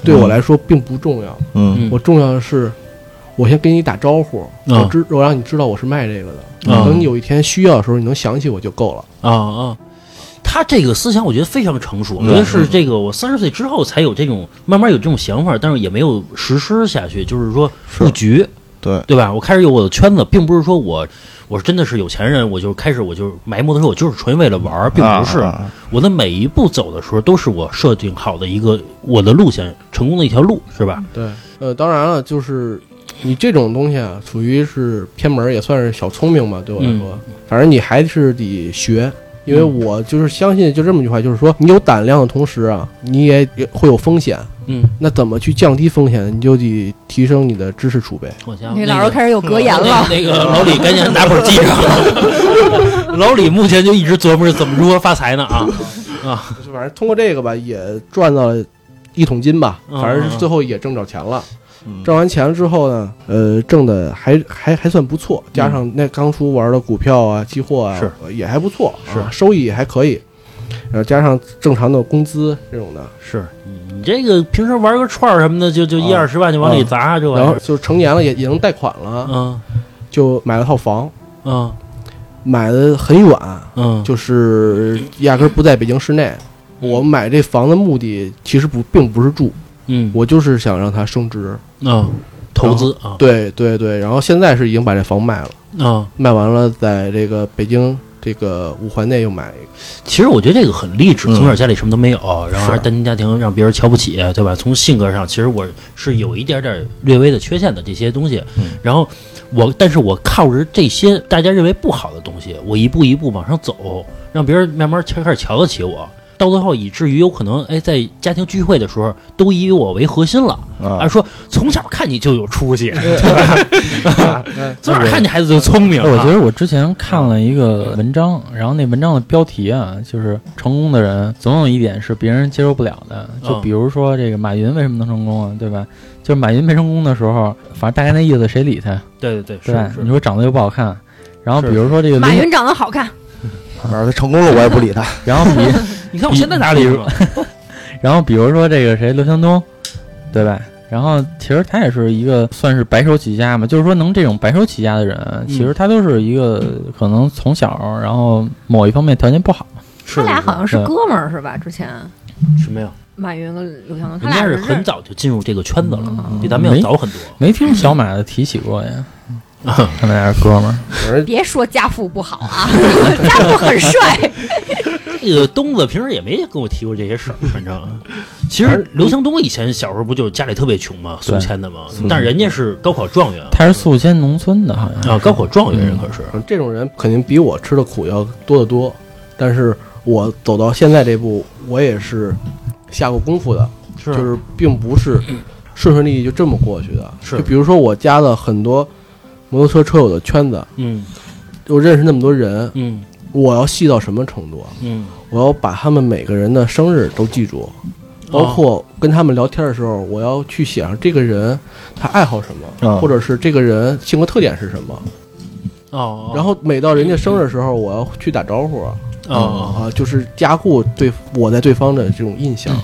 S5: 对我来说并不重要，
S2: 嗯
S1: 嗯
S5: 我重要的是。我先跟你打招呼，
S1: 啊
S5: 我知我让你知道我是卖这个的。
S2: 嗯
S1: 啊
S5: 等你有一天需要的时候，你能想起我就够
S1: 啊
S5: 了。
S1: 啊！他这个思想我觉得非常成熟，我
S2: 嗯
S1: 觉得是这个我三十岁之后才有这种慢慢有这种想法，但是也没有实施下去，就是说
S2: 是
S1: 布局，
S2: 对，
S1: 对吧？我开始有我的圈子，并不是说我我真的是有钱人，我就开始我就买摩托车，我就是纯为了玩儿，并不是。
S2: 啊啊
S1: 我的每一步走的时候，都是我设定好的一个我的路线，成功的一条路，是吧？
S5: 对，呃，当然了，就是你这种东西啊，属于是偏门，儿，也算是小聪明吧，对我来说，反正你还是得学。因为
S1: 嗯
S5: 我就是相信，就这么一句话，就是说，你有胆量的同时啊，你也也会有风险。
S1: 嗯，
S5: 那怎么去降低风险？你就得提升你的知识储备。
S1: 我想嗯
S3: 你
S1: 那
S3: 老
S1: 个
S3: 师开始有格
S1: (laughs)
S3: 言了。
S1: 那个老李赶紧拿本记上。 (laughs) 老李目前就一直琢磨着怎么如何发财呢啊！
S5: 就反正通过这个吧，也赚到了一桶金吧，
S1: 嗯
S5: 反
S1: 嗯嗯
S5: 正最后也挣着钱了。
S2: 嗯
S5: 挣完钱了之后呢，呃，挣的还还还算不错，加上那刚出玩的股票啊、期货啊，
S1: 嗯是
S5: 也还不错，
S1: 是
S5: 啊、收益也还可以，然后加上正常的工资这种的，
S1: 是你这个平时玩个串儿什么的，就就一
S5: 啊
S1: 二十万就往里
S5: 啊
S1: 砸，这玩
S5: 然
S1: 意
S5: 后
S1: 儿。
S5: 就是成年了也也能贷款了，
S1: 嗯
S5: 就买了套房，
S1: 嗯
S5: 买的很远，
S1: 嗯，
S5: 就是压根儿不在北京市内。我买这房的目的其实不并不是住，
S1: 嗯
S5: 我就是想让它升值。
S1: 嗯，投资啊
S5: 对对对，然后现在是已经把这房卖了，
S1: 啊！
S5: 卖完了在这个北京这个五环内又买一个。
S1: 其实我觉得这个很励志，
S2: 嗯
S1: 从小家里什么都没有，然后还是
S5: 是
S1: 单亲家庭，让别人瞧不起，对吧？从性格上，其实我是有一点点略微的缺陷的这些东西。
S2: 嗯
S1: 然后我，但是我靠着这些大家认为不好的东西，我一步一步往上走，让别人慢慢开始瞧得起我。到最后，以至于有可能，哎，在家庭聚会的时候，都以我为核心了。
S2: 啊
S1: 啊，说从小看你就有出息，从小看你孩子就聪明。
S4: 哎我觉
S1: 啊
S4: 得我之前看了一个文章，然后那文章的标题啊，就是成功的人总有一点是别人接受不了的，就
S1: 嗯
S4: 比如说这个马云为什么能成功啊，对吧？就是马云没成功的时候，反正大概那意思，谁理他，
S1: 对对对，
S4: 对吧
S1: 是？
S4: 你
S1: 是，
S4: 说长得又不好看，然后
S5: 是
S4: 比如说这个
S3: 马
S4: 林，
S3: 云长得好看，
S2: 反正他成功了，我也不理他。
S4: 然后比
S1: 你看我现在哪里是吧？
S4: 然后比如说这个谁刘强东，对吧？然后其实他也是一个算是白手起家嘛，就是说能这种白手起家的人，
S1: 嗯
S4: 其实他都是一个可能从小然后某一方面条件不好，
S3: 他俩好像是
S4: 嗯
S3: 哥们儿是吧？之前
S1: 什么呀？
S3: 马云跟刘强东，他
S1: 人
S3: 俩
S1: 家是
S3: 认识
S1: 很早就进入这个圈子了，
S4: 嗯
S1: 比咱们要
S4: 没
S1: 早很多。
S4: 没听小马的提起过
S1: (laughs)
S4: 呀。他们俩是哥们儿，
S5: 反正
S3: 别说家父不好
S1: (laughs)
S3: 啊，家父很帅。
S1: 这个东子平时也没跟我提过这些事儿，反正。其实刘强东以前小时候不就家里特别穷嘛，宿
S4: 对
S1: 迁的嘛，但是人家是高考状元
S4: 他是宿迁农村的，好像
S1: 啊，高考状元人可是，
S5: 这种人肯定比我吃的苦要多得多，但是我走到现在这步，我也是下过功夫的，
S1: 是
S5: 就是并
S1: (clears throat)
S5: 不是顺顺利利就这么过去的。
S1: 是
S5: 就比如说我加了很多摩托车车友的圈子，
S1: 嗯
S5: 我认识那么多人，
S1: 嗯
S5: 我要细到什么程度啊？
S1: 嗯，
S5: 我要把他们每个人的生日都记住，
S1: 哦
S5: 包括跟他们聊天的时候，我要去写上这个人他爱好什么，
S2: 嗯
S5: 或者是这个人性格特点是什么。
S1: 哦，
S5: 然后每到人家生日的时候，我要去打招呼啊，
S1: 哦
S5: 啊，就是加固对我在对方的这种印象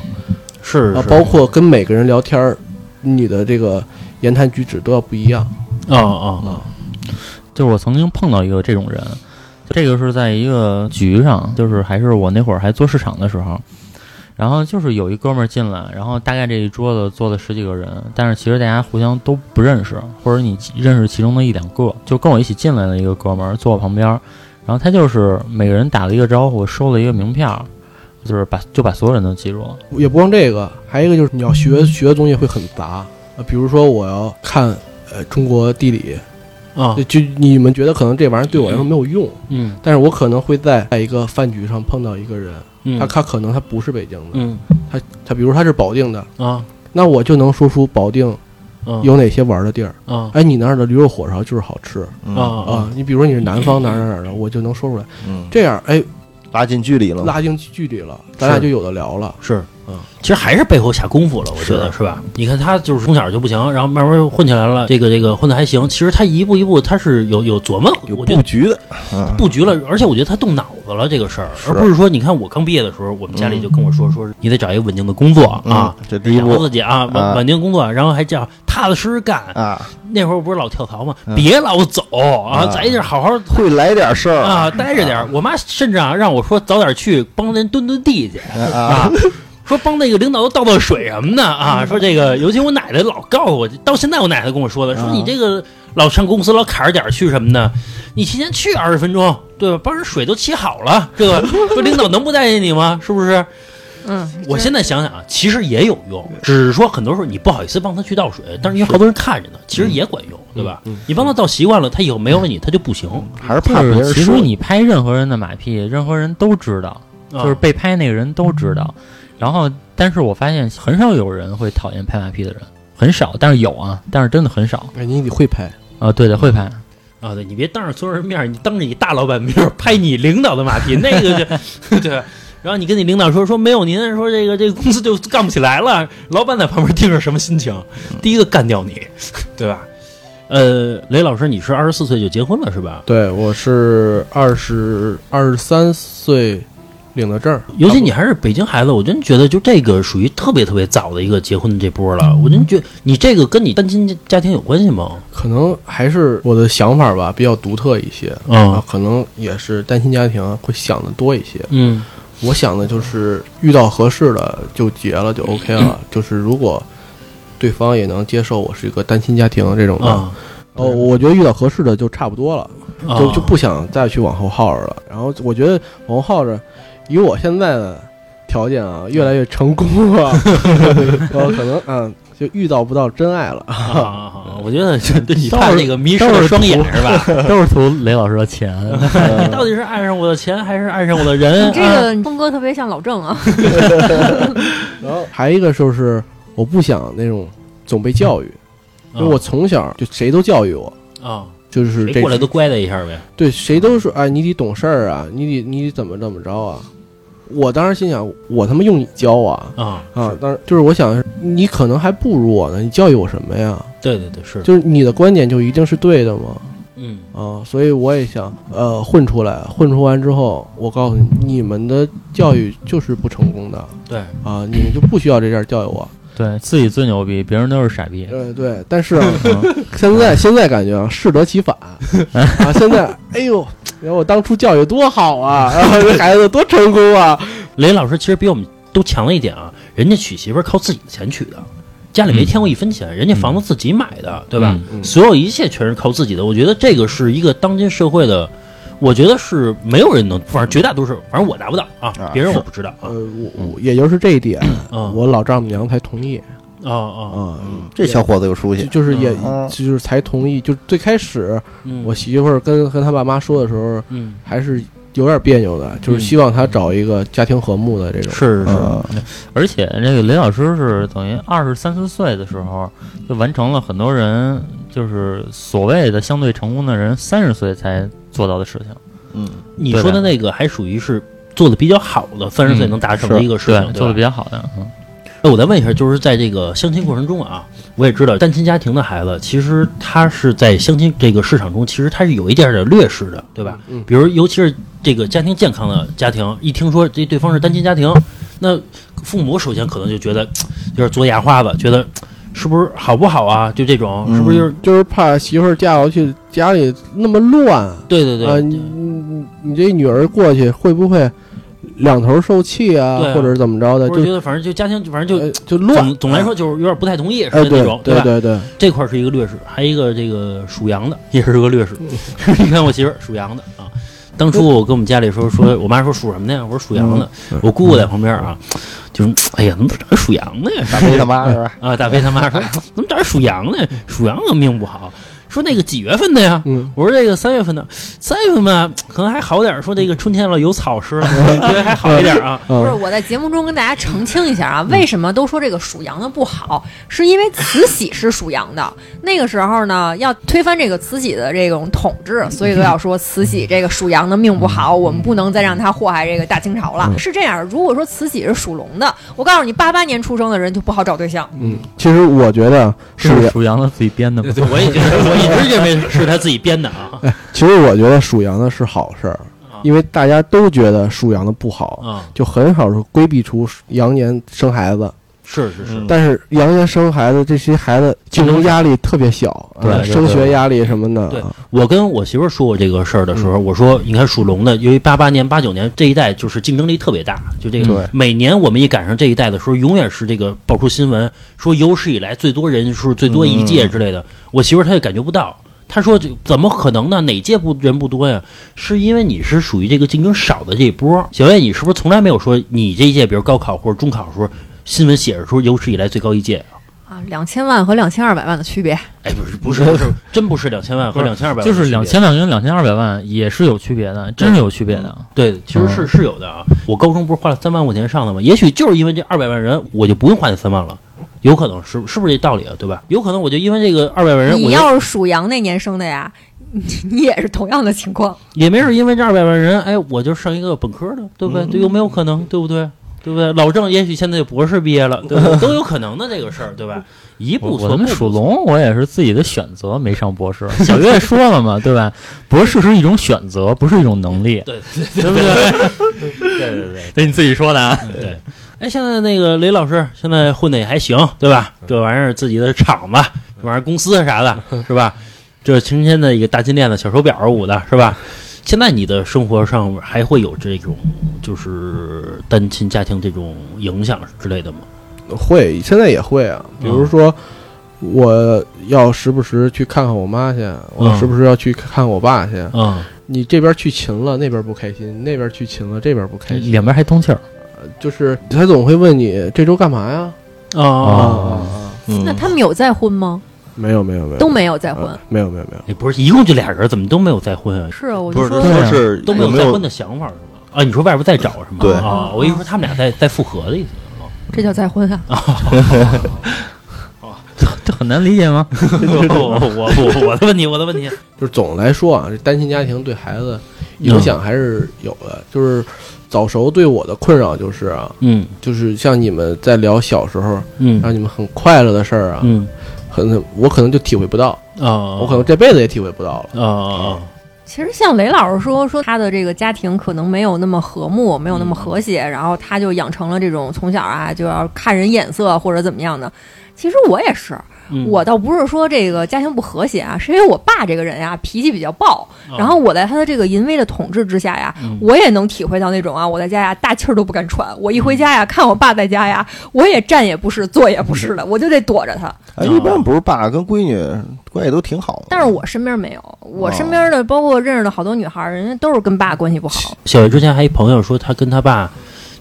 S1: 是
S5: 啊
S1: 嗯是，
S5: 包括跟每个人聊天儿，你的这个言谈举止都要不一样。
S1: 哦哦
S4: 就是我曾经碰到一个这种人，这个是在一个局上，就是还是我那会儿还做市场的时候，然后就是有一哥们儿进来，然后大概这一桌子坐了十几个人，但是其实大家互相都不认识，或者你认识其中的一两个，就跟我一起进来的一个哥们儿坐我旁边儿，然后他就是每个人打了一个招呼，收了一个名片儿，就是把就把所有人都记住了。
S5: 也不光这个，还有一个就是你要学学的东西会很杂，呃比如说我要看呃中国地理，
S1: 哦
S5: 就就你们觉得可能这玩意儿对我来说没有用，
S1: 嗯
S5: 但是我可能会在在一个饭局上碰到一个人，
S1: 嗯，
S5: 他他可能他不是北京的，
S1: 嗯
S5: 他比如他是保定的，
S1: 啊
S5: 那我就能说出保定
S1: 啊
S5: 有哪些玩的地儿。
S1: 啊
S5: 哎，你那儿的驴肉火烧就是好吃
S1: 啊啊
S5: 啊！你比如说你是南方哪儿哪儿 (laughs) 哪儿的，我就能说出来。
S2: 嗯，
S5: 这样，哎，
S2: 拉近距离了，
S5: 拉近距离了，咱俩就有的聊了。
S1: 是
S5: 嗯，
S1: 其实还是背后下功夫了，我觉得是吧？你看他就是从小就不行，然后慢慢混起来了，这个这个混的还行。其实他一步一步他是有有琢磨，
S2: 有
S1: 我觉
S2: 布
S1: 得
S2: 局的，嗯，
S1: 布局了，而且我觉得他动脑子了这个事儿，
S2: 是
S1: 而不是说你看我刚毕业的时候，我们家里就跟我说，说是你得找一个稳定的工作啊，
S2: 嗯，这第一
S1: 养活
S2: 步
S1: 自己啊，稳
S2: 啊
S1: 稳定工作，然后还叫踏踏实实干。
S2: 啊，
S1: 那会儿不是老跳槽吗？
S2: 嗯
S1: 别老走啊，
S2: 啊
S1: 咱这好好
S2: 会来点事儿
S1: 啊，待着点儿。我妈甚至啊让我说早点去帮人蹲蹲地去
S2: 啊
S1: 啊， (laughs) 说帮那个领导倒倒水什么的
S4: 嗯
S1: 啊，说这个，尤其我奶奶老告诉我，到现在我奶奶跟我
S4: 嗯
S1: 说的，说
S2: 啊
S1: 你这个老上公司老卡着点儿去什么的，你提前去二十分钟，对吧？帮人水都沏好了，这
S4: (laughs)
S1: 个说领导能不待见你吗？是不是？
S3: 嗯，
S1: 我
S3: 这
S1: 现在想想啊，其实也有用，只是说很多时候你不好意思帮他去倒水，但是因为好多人看着呢，其实也管用，对吧？
S4: 嗯
S5: 嗯
S1: 你帮他倒习惯了，他以后没有你，他就不行。
S2: 还是怕别
S4: 就是
S2: 人
S4: 其实
S2: 说
S4: 你拍任何人的马屁，任何人都知道，
S1: 啊
S4: 嗯就是被拍那个人都知道。然后，但是我发现很少有人会讨厌拍马屁的人，很少，但是有啊，但是真的很少
S5: 哎，你得会拍，
S4: 啊。对的，
S1: (laughs)
S4: 会拍。
S1: 啊，对你别当着所有人面儿，你当着你大老板面儿拍你领导的马屁，那个 (laughs) 就对。然后你跟你领导说说没有您，说这个这个公司就干不起来了，老板在旁边听着什么心情？第一个干掉你，对吧？呃，雷老师，你是二十四岁就结婚了是吧？
S5: 对我是二十二十三岁领的证儿，
S1: 尤其你还是北京孩子，我真觉得就这个属于特别特别早的一个结婚的这波了。我真觉得你这个跟你单亲家庭有关系吗？
S5: 可能还是我的想法吧，比较独特一些。
S1: 嗯
S5: 啊，可能也是单亲家庭会想的多一些。
S1: 嗯
S5: 我想的就是遇到合适的就结了，就 OK
S1: 嗯
S5: 了。就是如果对方也能接受我是一个单亲家庭这种的，
S1: 啊，
S5: 哦，我觉得遇到合适的就差不多了，
S1: 啊
S5: 就就不想再去往后耗着了。然后我觉得往后耗着，以我现在的条件啊，越来越成功
S1: (laughs)
S5: 了，我可能嗯。就遇到不到真爱了，
S1: 啊啊啊啊我觉得就 (laughs) 对你怕那个迷失了双眼是吧？ (laughs)
S4: 都是图雷老师的钱， (laughs)
S1: 你到底是爱上我的钱，还是爱上我的人？
S3: 嗯你这
S1: 啊
S3: 个风格特别像老郑啊，
S5: 然后还一个就是我不想那种总被教育，因为我从小就谁都教育我，
S1: 啊，
S5: 就是
S1: 嗯谁
S5: 这
S1: 过来都乖的一下呗。
S5: 对，谁都说哎，你得懂事儿啊，你得你得怎么怎么着啊。我当时心想，我他妈用你教啊
S1: 啊，
S5: 啊！当时就是我想，你可能还不如我呢，你教育我什么呀？
S1: 对对对，是，
S5: 就是你的观点就一定是对的吗？
S1: 嗯
S5: 啊，所以我也想，呃，混出来，混出完之后，我告诉你，你们的教育就是不成功的
S1: 对，
S5: 啊，你们就不需要这样教育我。
S4: 对自己最牛逼，别人都是傻
S1: 嗯
S4: 逼。
S5: 呃，对，但是啊，现在现在感觉啊，适得其反啊！现在，哎呦，你看我当初教育多好啊，然后这孩子多成功啊！
S1: 雷老师其实比我们都强了一点啊，人家娶媳妇儿靠自己的钱娶的。家里没添过一分钱，人家房子自己买的，对吧？
S5: 嗯
S1: 所有一切全是靠自己的。我觉得这个是一个当今社会的，我觉得是没有人能，反正绝大多数，反正我达不到啊，
S2: 啊
S1: 别人我不知道啊
S5: 呃，。我我也就是这一点，
S1: 啊
S5: 我老丈母娘才同意
S1: 啊啊！
S5: 啊，
S2: 这小伙子有出
S5: 就
S2: 息，
S5: 就是也
S2: 嗯
S5: 就是才同意，就最开始
S1: 嗯
S5: 我媳妇儿跟和她爸妈说的时候，
S1: 嗯，
S5: 还是有点别扭的，就是希望她找一个家庭和睦的这种。
S1: 是是是，
S2: 嗯
S4: 而且这个雷老师是等于二十三四岁的时候就完成了很多人就是所谓的相对成功的人三十岁才做到的事情，
S2: 嗯，
S1: 你说的那个还属于是做的比较好的，三十岁
S4: 嗯
S1: 能达成的一个事情，对
S4: 做的
S1: 吧
S4: 比较好的，嗯，
S1: 那我再问一下，就是在这个相亲过程中啊，我也知道单亲家庭的孩子，其实他是在相亲这个市场中，其实他是有一点点劣势的，对吧？
S5: 嗯
S1: 比如尤其是这个家庭健康的家庭，一听说这对方是单亲家庭，那父母首先可能就觉得嘖有点做哑花子，觉得嘖是不是好不好啊？就这种，
S2: 嗯
S1: 是不是就是、
S5: 就是怕媳妇儿嫁过去家里那么乱，
S1: 对对对、
S5: 啊，你你你这女儿过去会不会两头受气啊，
S1: 对啊
S5: 或者是怎么着的？
S1: 我
S5: 就
S1: 觉得反正就家庭，反正就。
S5: 呃就
S1: 总
S5: 乱。
S1: 总来说就是有点不太同意似
S5: 哎，
S1: 的
S5: 对
S1: 那种，
S5: 对
S1: 吧？
S5: 对对，
S1: 这块儿是一个劣势，还有一个这个属羊的 (laughs) 也是个劣势。你看我媳妇儿属羊的啊，当初我跟我们家里说说，我妈说属什么的呀？我说属羊的。我姑姑在旁边啊，就是哎呀，怎么找个属羊的呀？
S2: 大飞他妈是吧？
S1: 啊，大飞他妈说怎么找个属羊的？属羊的命不好。说那个几月份的呀？
S5: 嗯，
S1: 我说这个三月份的，三月份吧，可能还好点儿，说这个春天了有草吃了，觉得还好一点啊。
S3: 不是，
S5: 嗯
S3: 我在节目中跟大家澄清一下啊，为什么都说这个属羊的不好，是因为慈禧是属羊的，那个时候呢，要推翻这个慈禧的这种统治，所以都要说慈禧这个属羊的命不好，我们不能再让她祸害这个大清朝了。是这样，如果说慈禧是属龙的，我告诉你，八八年出生的人就不好找对象。
S5: 嗯，其实我觉得
S1: (laughs)
S5: 属
S6: 这
S5: 羊
S6: 是属羊的自己编的吗？
S1: 我也觉得，我一直认为是他自己编的啊。
S5: 其实我觉得属羊的是好事儿
S1: 啊，
S5: 因为大家都觉得属羊的不好，
S1: 啊，
S5: 就很少是规避出羊年生孩子。
S1: 是是是，
S5: 但是羊年生孩子，这些孩子竞争压力特别小，
S1: 对
S5: 啊
S1: 对
S5: 升学压力什么的，
S1: 对我跟我媳妇儿说过这个事儿的时候，我说，你看属龙的，由于八八年、八九年这一代就是竞争力特别大，就这
S5: 对
S1: 个每年我们一赶上这一代的时候，永远是这个爆出新闻说有史以来最多人数、最多一届之类的。我媳妇儿她也感觉不到，她说这怎么可能呢？哪届不人不多呀？是因为你是属于这个竞争少的这一波。小燕，你是不是从来没有说你这一届，比如高考或者中考的时候，新闻写着说有史以来最高一届？
S3: 啊，两千万和两千二百万的区别，
S1: 哎，不是，不 (laughs) 是，不是，真不是两千万和两千二百万的
S6: 就
S1: 区别，
S6: 是两千万跟两千二百万也是有区别的，真是有区别的。
S1: 对，其实
S6: 嗯
S1: 是是有的啊。我高中不是花了三万块钱上的吗？也许就是因为这二百万人，我就不用花那三万了，有可能是是不是这道理啊？对吧？有可能我就因为这个二百万人，
S3: 你
S1: 哎我就
S3: 要是属羊那年生的呀， (laughs) 你你也是同样的情况。
S1: 也没准因为这二百万人，哎，我就上一个本科的，对不
S6: 嗯
S1: 对？对，有没有可能？对不对？对不对？老郑也许现在就博士毕业了，对不
S6: (laughs)
S1: 对？都有可能的这个事儿，对吧？一
S6: 我
S1: 步
S6: 我
S1: 错
S6: 他妈
S1: 步
S6: 属龙，我也是自己的选择，没上博士。小月说了嘛，对吧？博士是一种选择，不是一种能力，
S1: 对
S6: 对
S1: (laughs)
S6: 不对？
S1: 对对对对。
S6: 这你自己说的啊。
S1: 对，哎，现在那个雷老师现在混的也还行，对吧？这玩意儿自己的厂子，这玩意儿公司啥的，是吧？这成天的一个大金链子、小手表儿捂的，是吧？现在你的生活上还会有这种就是单亲家庭这种影响之类的吗？
S5: 会现在也会啊。
S1: 嗯
S5: 比如说，我要时不时去看看我妈去，我
S1: 嗯
S5: 时不时要去看看我爸去。
S1: 嗯，
S5: 你这边去勤了，那边不开心；那边去勤了，这边不开心。
S6: 两哎边还通气儿，
S5: 就是他总会问你这周干嘛呀？啊
S1: 哦，
S3: 那他们有再婚吗？
S5: 没有没有没有，
S3: 都没有再婚。
S5: 啊没有没有没有。
S1: 你哎不是一共就俩人，怎么都没有再婚啊？
S3: 是啊，我
S2: 不
S3: 就是说
S2: 说是
S1: 都没
S2: 哎有没
S1: 再婚
S2: 有
S1: 的想法是吗？啊，你说外边再找是吗？
S2: 对
S1: 啊，我一说他们俩再再复合的意思。
S3: 这叫再婚啊。
S6: 这很难理解吗？
S1: (laughs) 我我我的问题，我的问题。
S5: 就是总的来说啊，这单亲家庭对孩子影响还是有的。就是早熟对我的困扰就是啊，
S1: 嗯
S5: 就是像你们在聊小时候
S1: 嗯
S5: 让你们很快乐的事儿啊，
S1: 嗯
S5: 很我可能就体会不到，
S1: 啊，
S5: 我可能这辈子也体会不到了。
S1: 啊
S3: 其实像雷老师说，说他的这个家庭可能没有那么和睦，没有那么和谐，然后他就养成了这种从小啊就要看人眼色或者怎么样的。其实我也是，
S1: 嗯
S3: 我倒不是说这个家庭不和谐啊，是因为我爸这个人呀脾气比较暴，然后我在他的这个淫威的统治之下呀，我也能体会到那种啊，我在家呀大气儿都不敢喘，我一回家呀看我爸在家呀，我也站也不是，坐也不是的，我就得躲着他。
S2: 哎，一般不是爸跟闺女关系都挺好的，
S3: 但是我身边没有，我身边的包括认识的好多女孩儿，人家都是跟爸关系不好。
S1: 小月之前还一朋友说，他跟他爸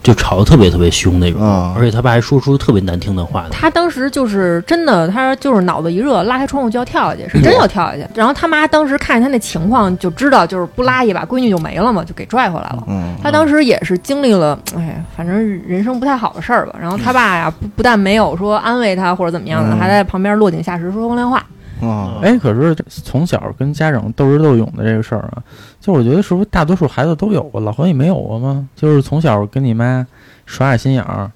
S1: 就吵得特别特别凶那种，
S4: 嗯
S2: 啊
S1: 而且他爸还说出特别难听的话呢。
S3: 她当时就是真的，她就是脑子一热，拉开窗户就要跳下去，是
S4: 嗯
S3: 真要跳下去。然后她妈当时看见她那情况，就知道就是不拉一把，闺女就没了嘛，就给拽回来了。
S2: 嗯，
S3: 她当时也是经历了，哎，反正人生不太好的事儿吧。然后她爸呀，不不但没有说安慰她或者怎么样的，
S2: 嗯
S3: 还在旁边落井下石说风凉
S4: (laughs)
S3: 话。
S2: 啊，
S4: 哎，可是这从小跟家长斗智斗勇的这个事儿啊，就我觉得是不是大多数孩子都有过？老何你没有过吗？就是从小跟你妈耍点心眼儿。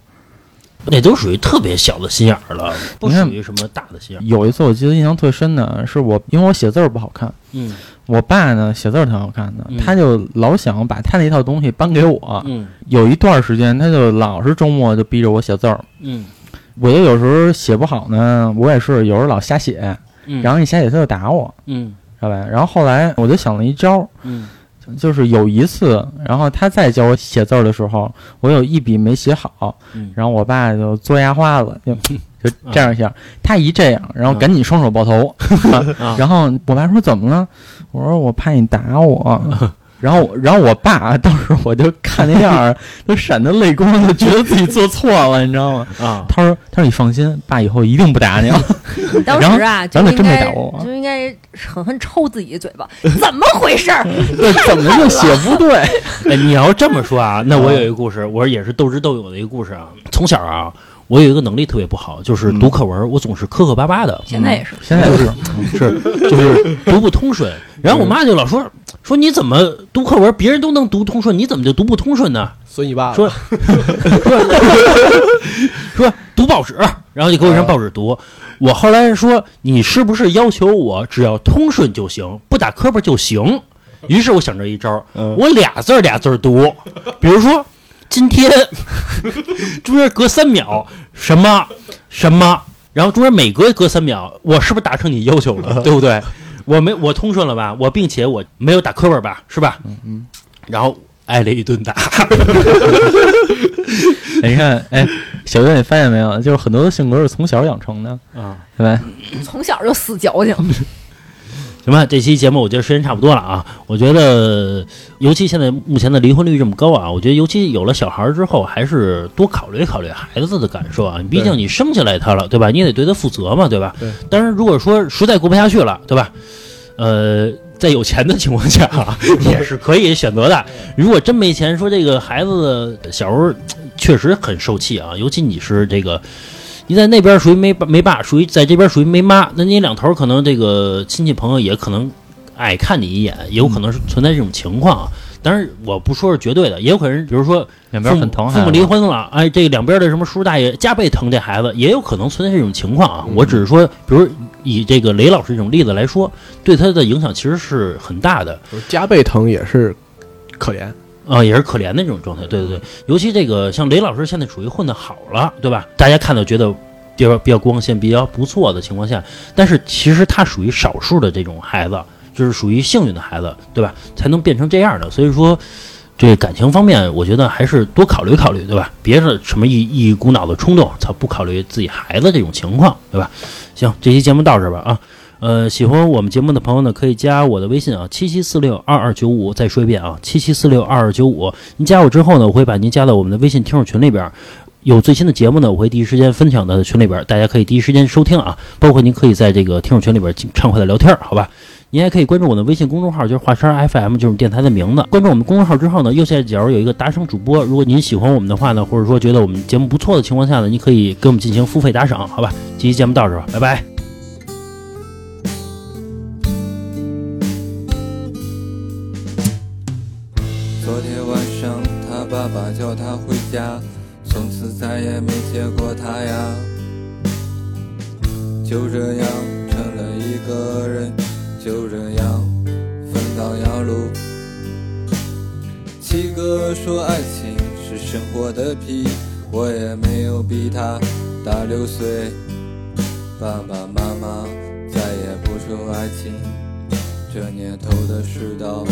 S1: 那都属于特别小的心眼儿了，不
S4: 你看
S1: 属于什么大的心眼儿。
S4: 有一次我记得印象特深的是我，因为我写字儿不好看，
S1: 嗯
S4: 我爸呢写字儿挺好看的，
S1: 嗯
S4: 他就老想把他那套东西搬给我。
S1: 嗯
S4: 有一段时间，他就老是周末就逼着我写字儿，
S1: 嗯
S4: 我就有时候写不好呢，我也是有时候老瞎写，
S1: 嗯，
S4: 然
S1: 后
S4: 后一瞎写他就打我，
S1: 嗯
S4: 知道吧？然后后来我就想了一招，
S1: 嗯
S4: 就是有一次，然后他再教我写字儿的时候，我有一笔没写好，
S1: 嗯
S4: 然后我爸就嘬牙花子，就 (laughs) 就这样一下。他一这样，然后赶紧双手抱头，
S1: 啊
S4: 然后我爸说怎么了？我说我怕你打我。然后，然后我爸当时我就看那样儿，都闪着泪光，就觉得自己做错了，你知道吗？
S6: 啊，
S4: 他说：“他说你放心，爸以后一定不打你了。 (laughs)
S3: 当时啊，就
S4: 咱俩
S3: 应
S4: 真没
S3: 该
S4: 打过我
S3: 就应该狠狠抽自己一嘴巴，怎么回事
S4: (laughs)
S3: 儿？
S4: 怎么就写不对？
S1: 哎，你要这么说啊，那我有一个故事，我也是斗智斗勇的一个故事啊。从小啊，我有一个能力特别不好，就是
S4: 嗯
S1: 读课文，我总是磕磕巴巴的，
S3: 现在也是，
S4: 现在就是
S1: 是就是读不通顺。然
S4: 嗯
S1: 后我妈就老说说你怎么读课文，别人都能读通顺，你怎么就读不通顺呢？
S5: 损你爸
S1: 说说读报纸，然后就给我一张报纸读。我后来说你是不是要求我只要通顺就行，不打磕巴就行？于是我想着一招，我俩字儿俩字儿读，比如说今 (laughs) 天中间隔三秒什么什么，然后中间每隔隔三秒，我是不是达成你要求了，对不对？我没我通顺了吧？我并且我没有打磕巴吧，是吧？嗯嗯，然后挨了一顿打，
S4: 哎你看，哎，小月，你发现没有？就是很多的性格是从小养成的，
S1: 啊。
S4: 对吧？
S3: 从小就死矫情，
S1: 行吧，这期节目我觉得时间差不多了啊。我觉得，尤其现在目前的离婚率这么高啊，我觉得尤其有了小孩儿之后，还是多考虑考虑孩子的感受啊。毕竟你生下来他了，对吧？你也得对他负责嘛，对吧？
S5: 对。
S1: 但是如果说实在过不下去了，对吧？呃，在有钱的情况下 (laughs) 啊，也是可以选择的。如果真没钱，说这个孩子小时候确实很受气啊，尤其你是这个。你在那边属于没爸没爸，属于在这边属于没妈，那你两头可能这个亲戚朋友也可能爱看你一眼，也有可能是存在这种情况啊。当然，我不说是绝对的，也有可能，比如说
S6: 两
S1: 父
S6: 边
S1: 母
S6: 很疼，
S1: 父母离，婚了，哎，这两边的什么叔叔大爷加倍疼这孩子，也有可能存在这种情况啊。
S6: 嗯
S1: 我只是说，比如以这个雷老师这种例子来说，对他的影响其实是很大的。
S5: 加倍疼也是可怜，
S1: 啊、也是可怜的这种状态。对对对，尤其这个像雷老师现在属于混得好了，对吧？大家看到觉得比较比较光鲜、比较不错的情况下，但是其实他属于少数的这种孩子，就是属于幸运的孩子，对吧？才能变成这样的。所以说。这感情方面，我觉得还是多考虑考虑，对吧？别是什么一一股脑的冲动，操，不考虑自己孩子这种情况，对吧？行，这期节目到这儿吧啊。呃，喜欢我们节目的朋友呢，可以加我的微信啊，七七四六二二九五。再说一遍啊，七七四六二二九五。您加我之后呢，我会把您加到我们的微信听众群里边儿。有最新的节目呢，我会第一时间分享到群里边儿，大家可以第一时间收听啊。包括您可以在这个听众群里边儿尽畅快的聊天儿，好吧？您还可以关注我的微信公众号，就是华山 FM，就是电台的名字。关注我们公众号之后呢，右下角有一个打赏主播。如果您喜欢我们的话呢，或者说觉得我们节目不错的情况下呢，您可以给我们进行付费打赏，好吧？这期节目到这儿吧，拜拜。
S7: 昨天晚上他爸爸叫他回家，从此再也没见过他呀。就这样成了一个人，就这样分道扬镳。七哥说爱情是生活的皮，我也没有比他大六岁。爸爸妈妈再也不说爱情，这年头的世道。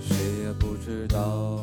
S7: 谁也不知道。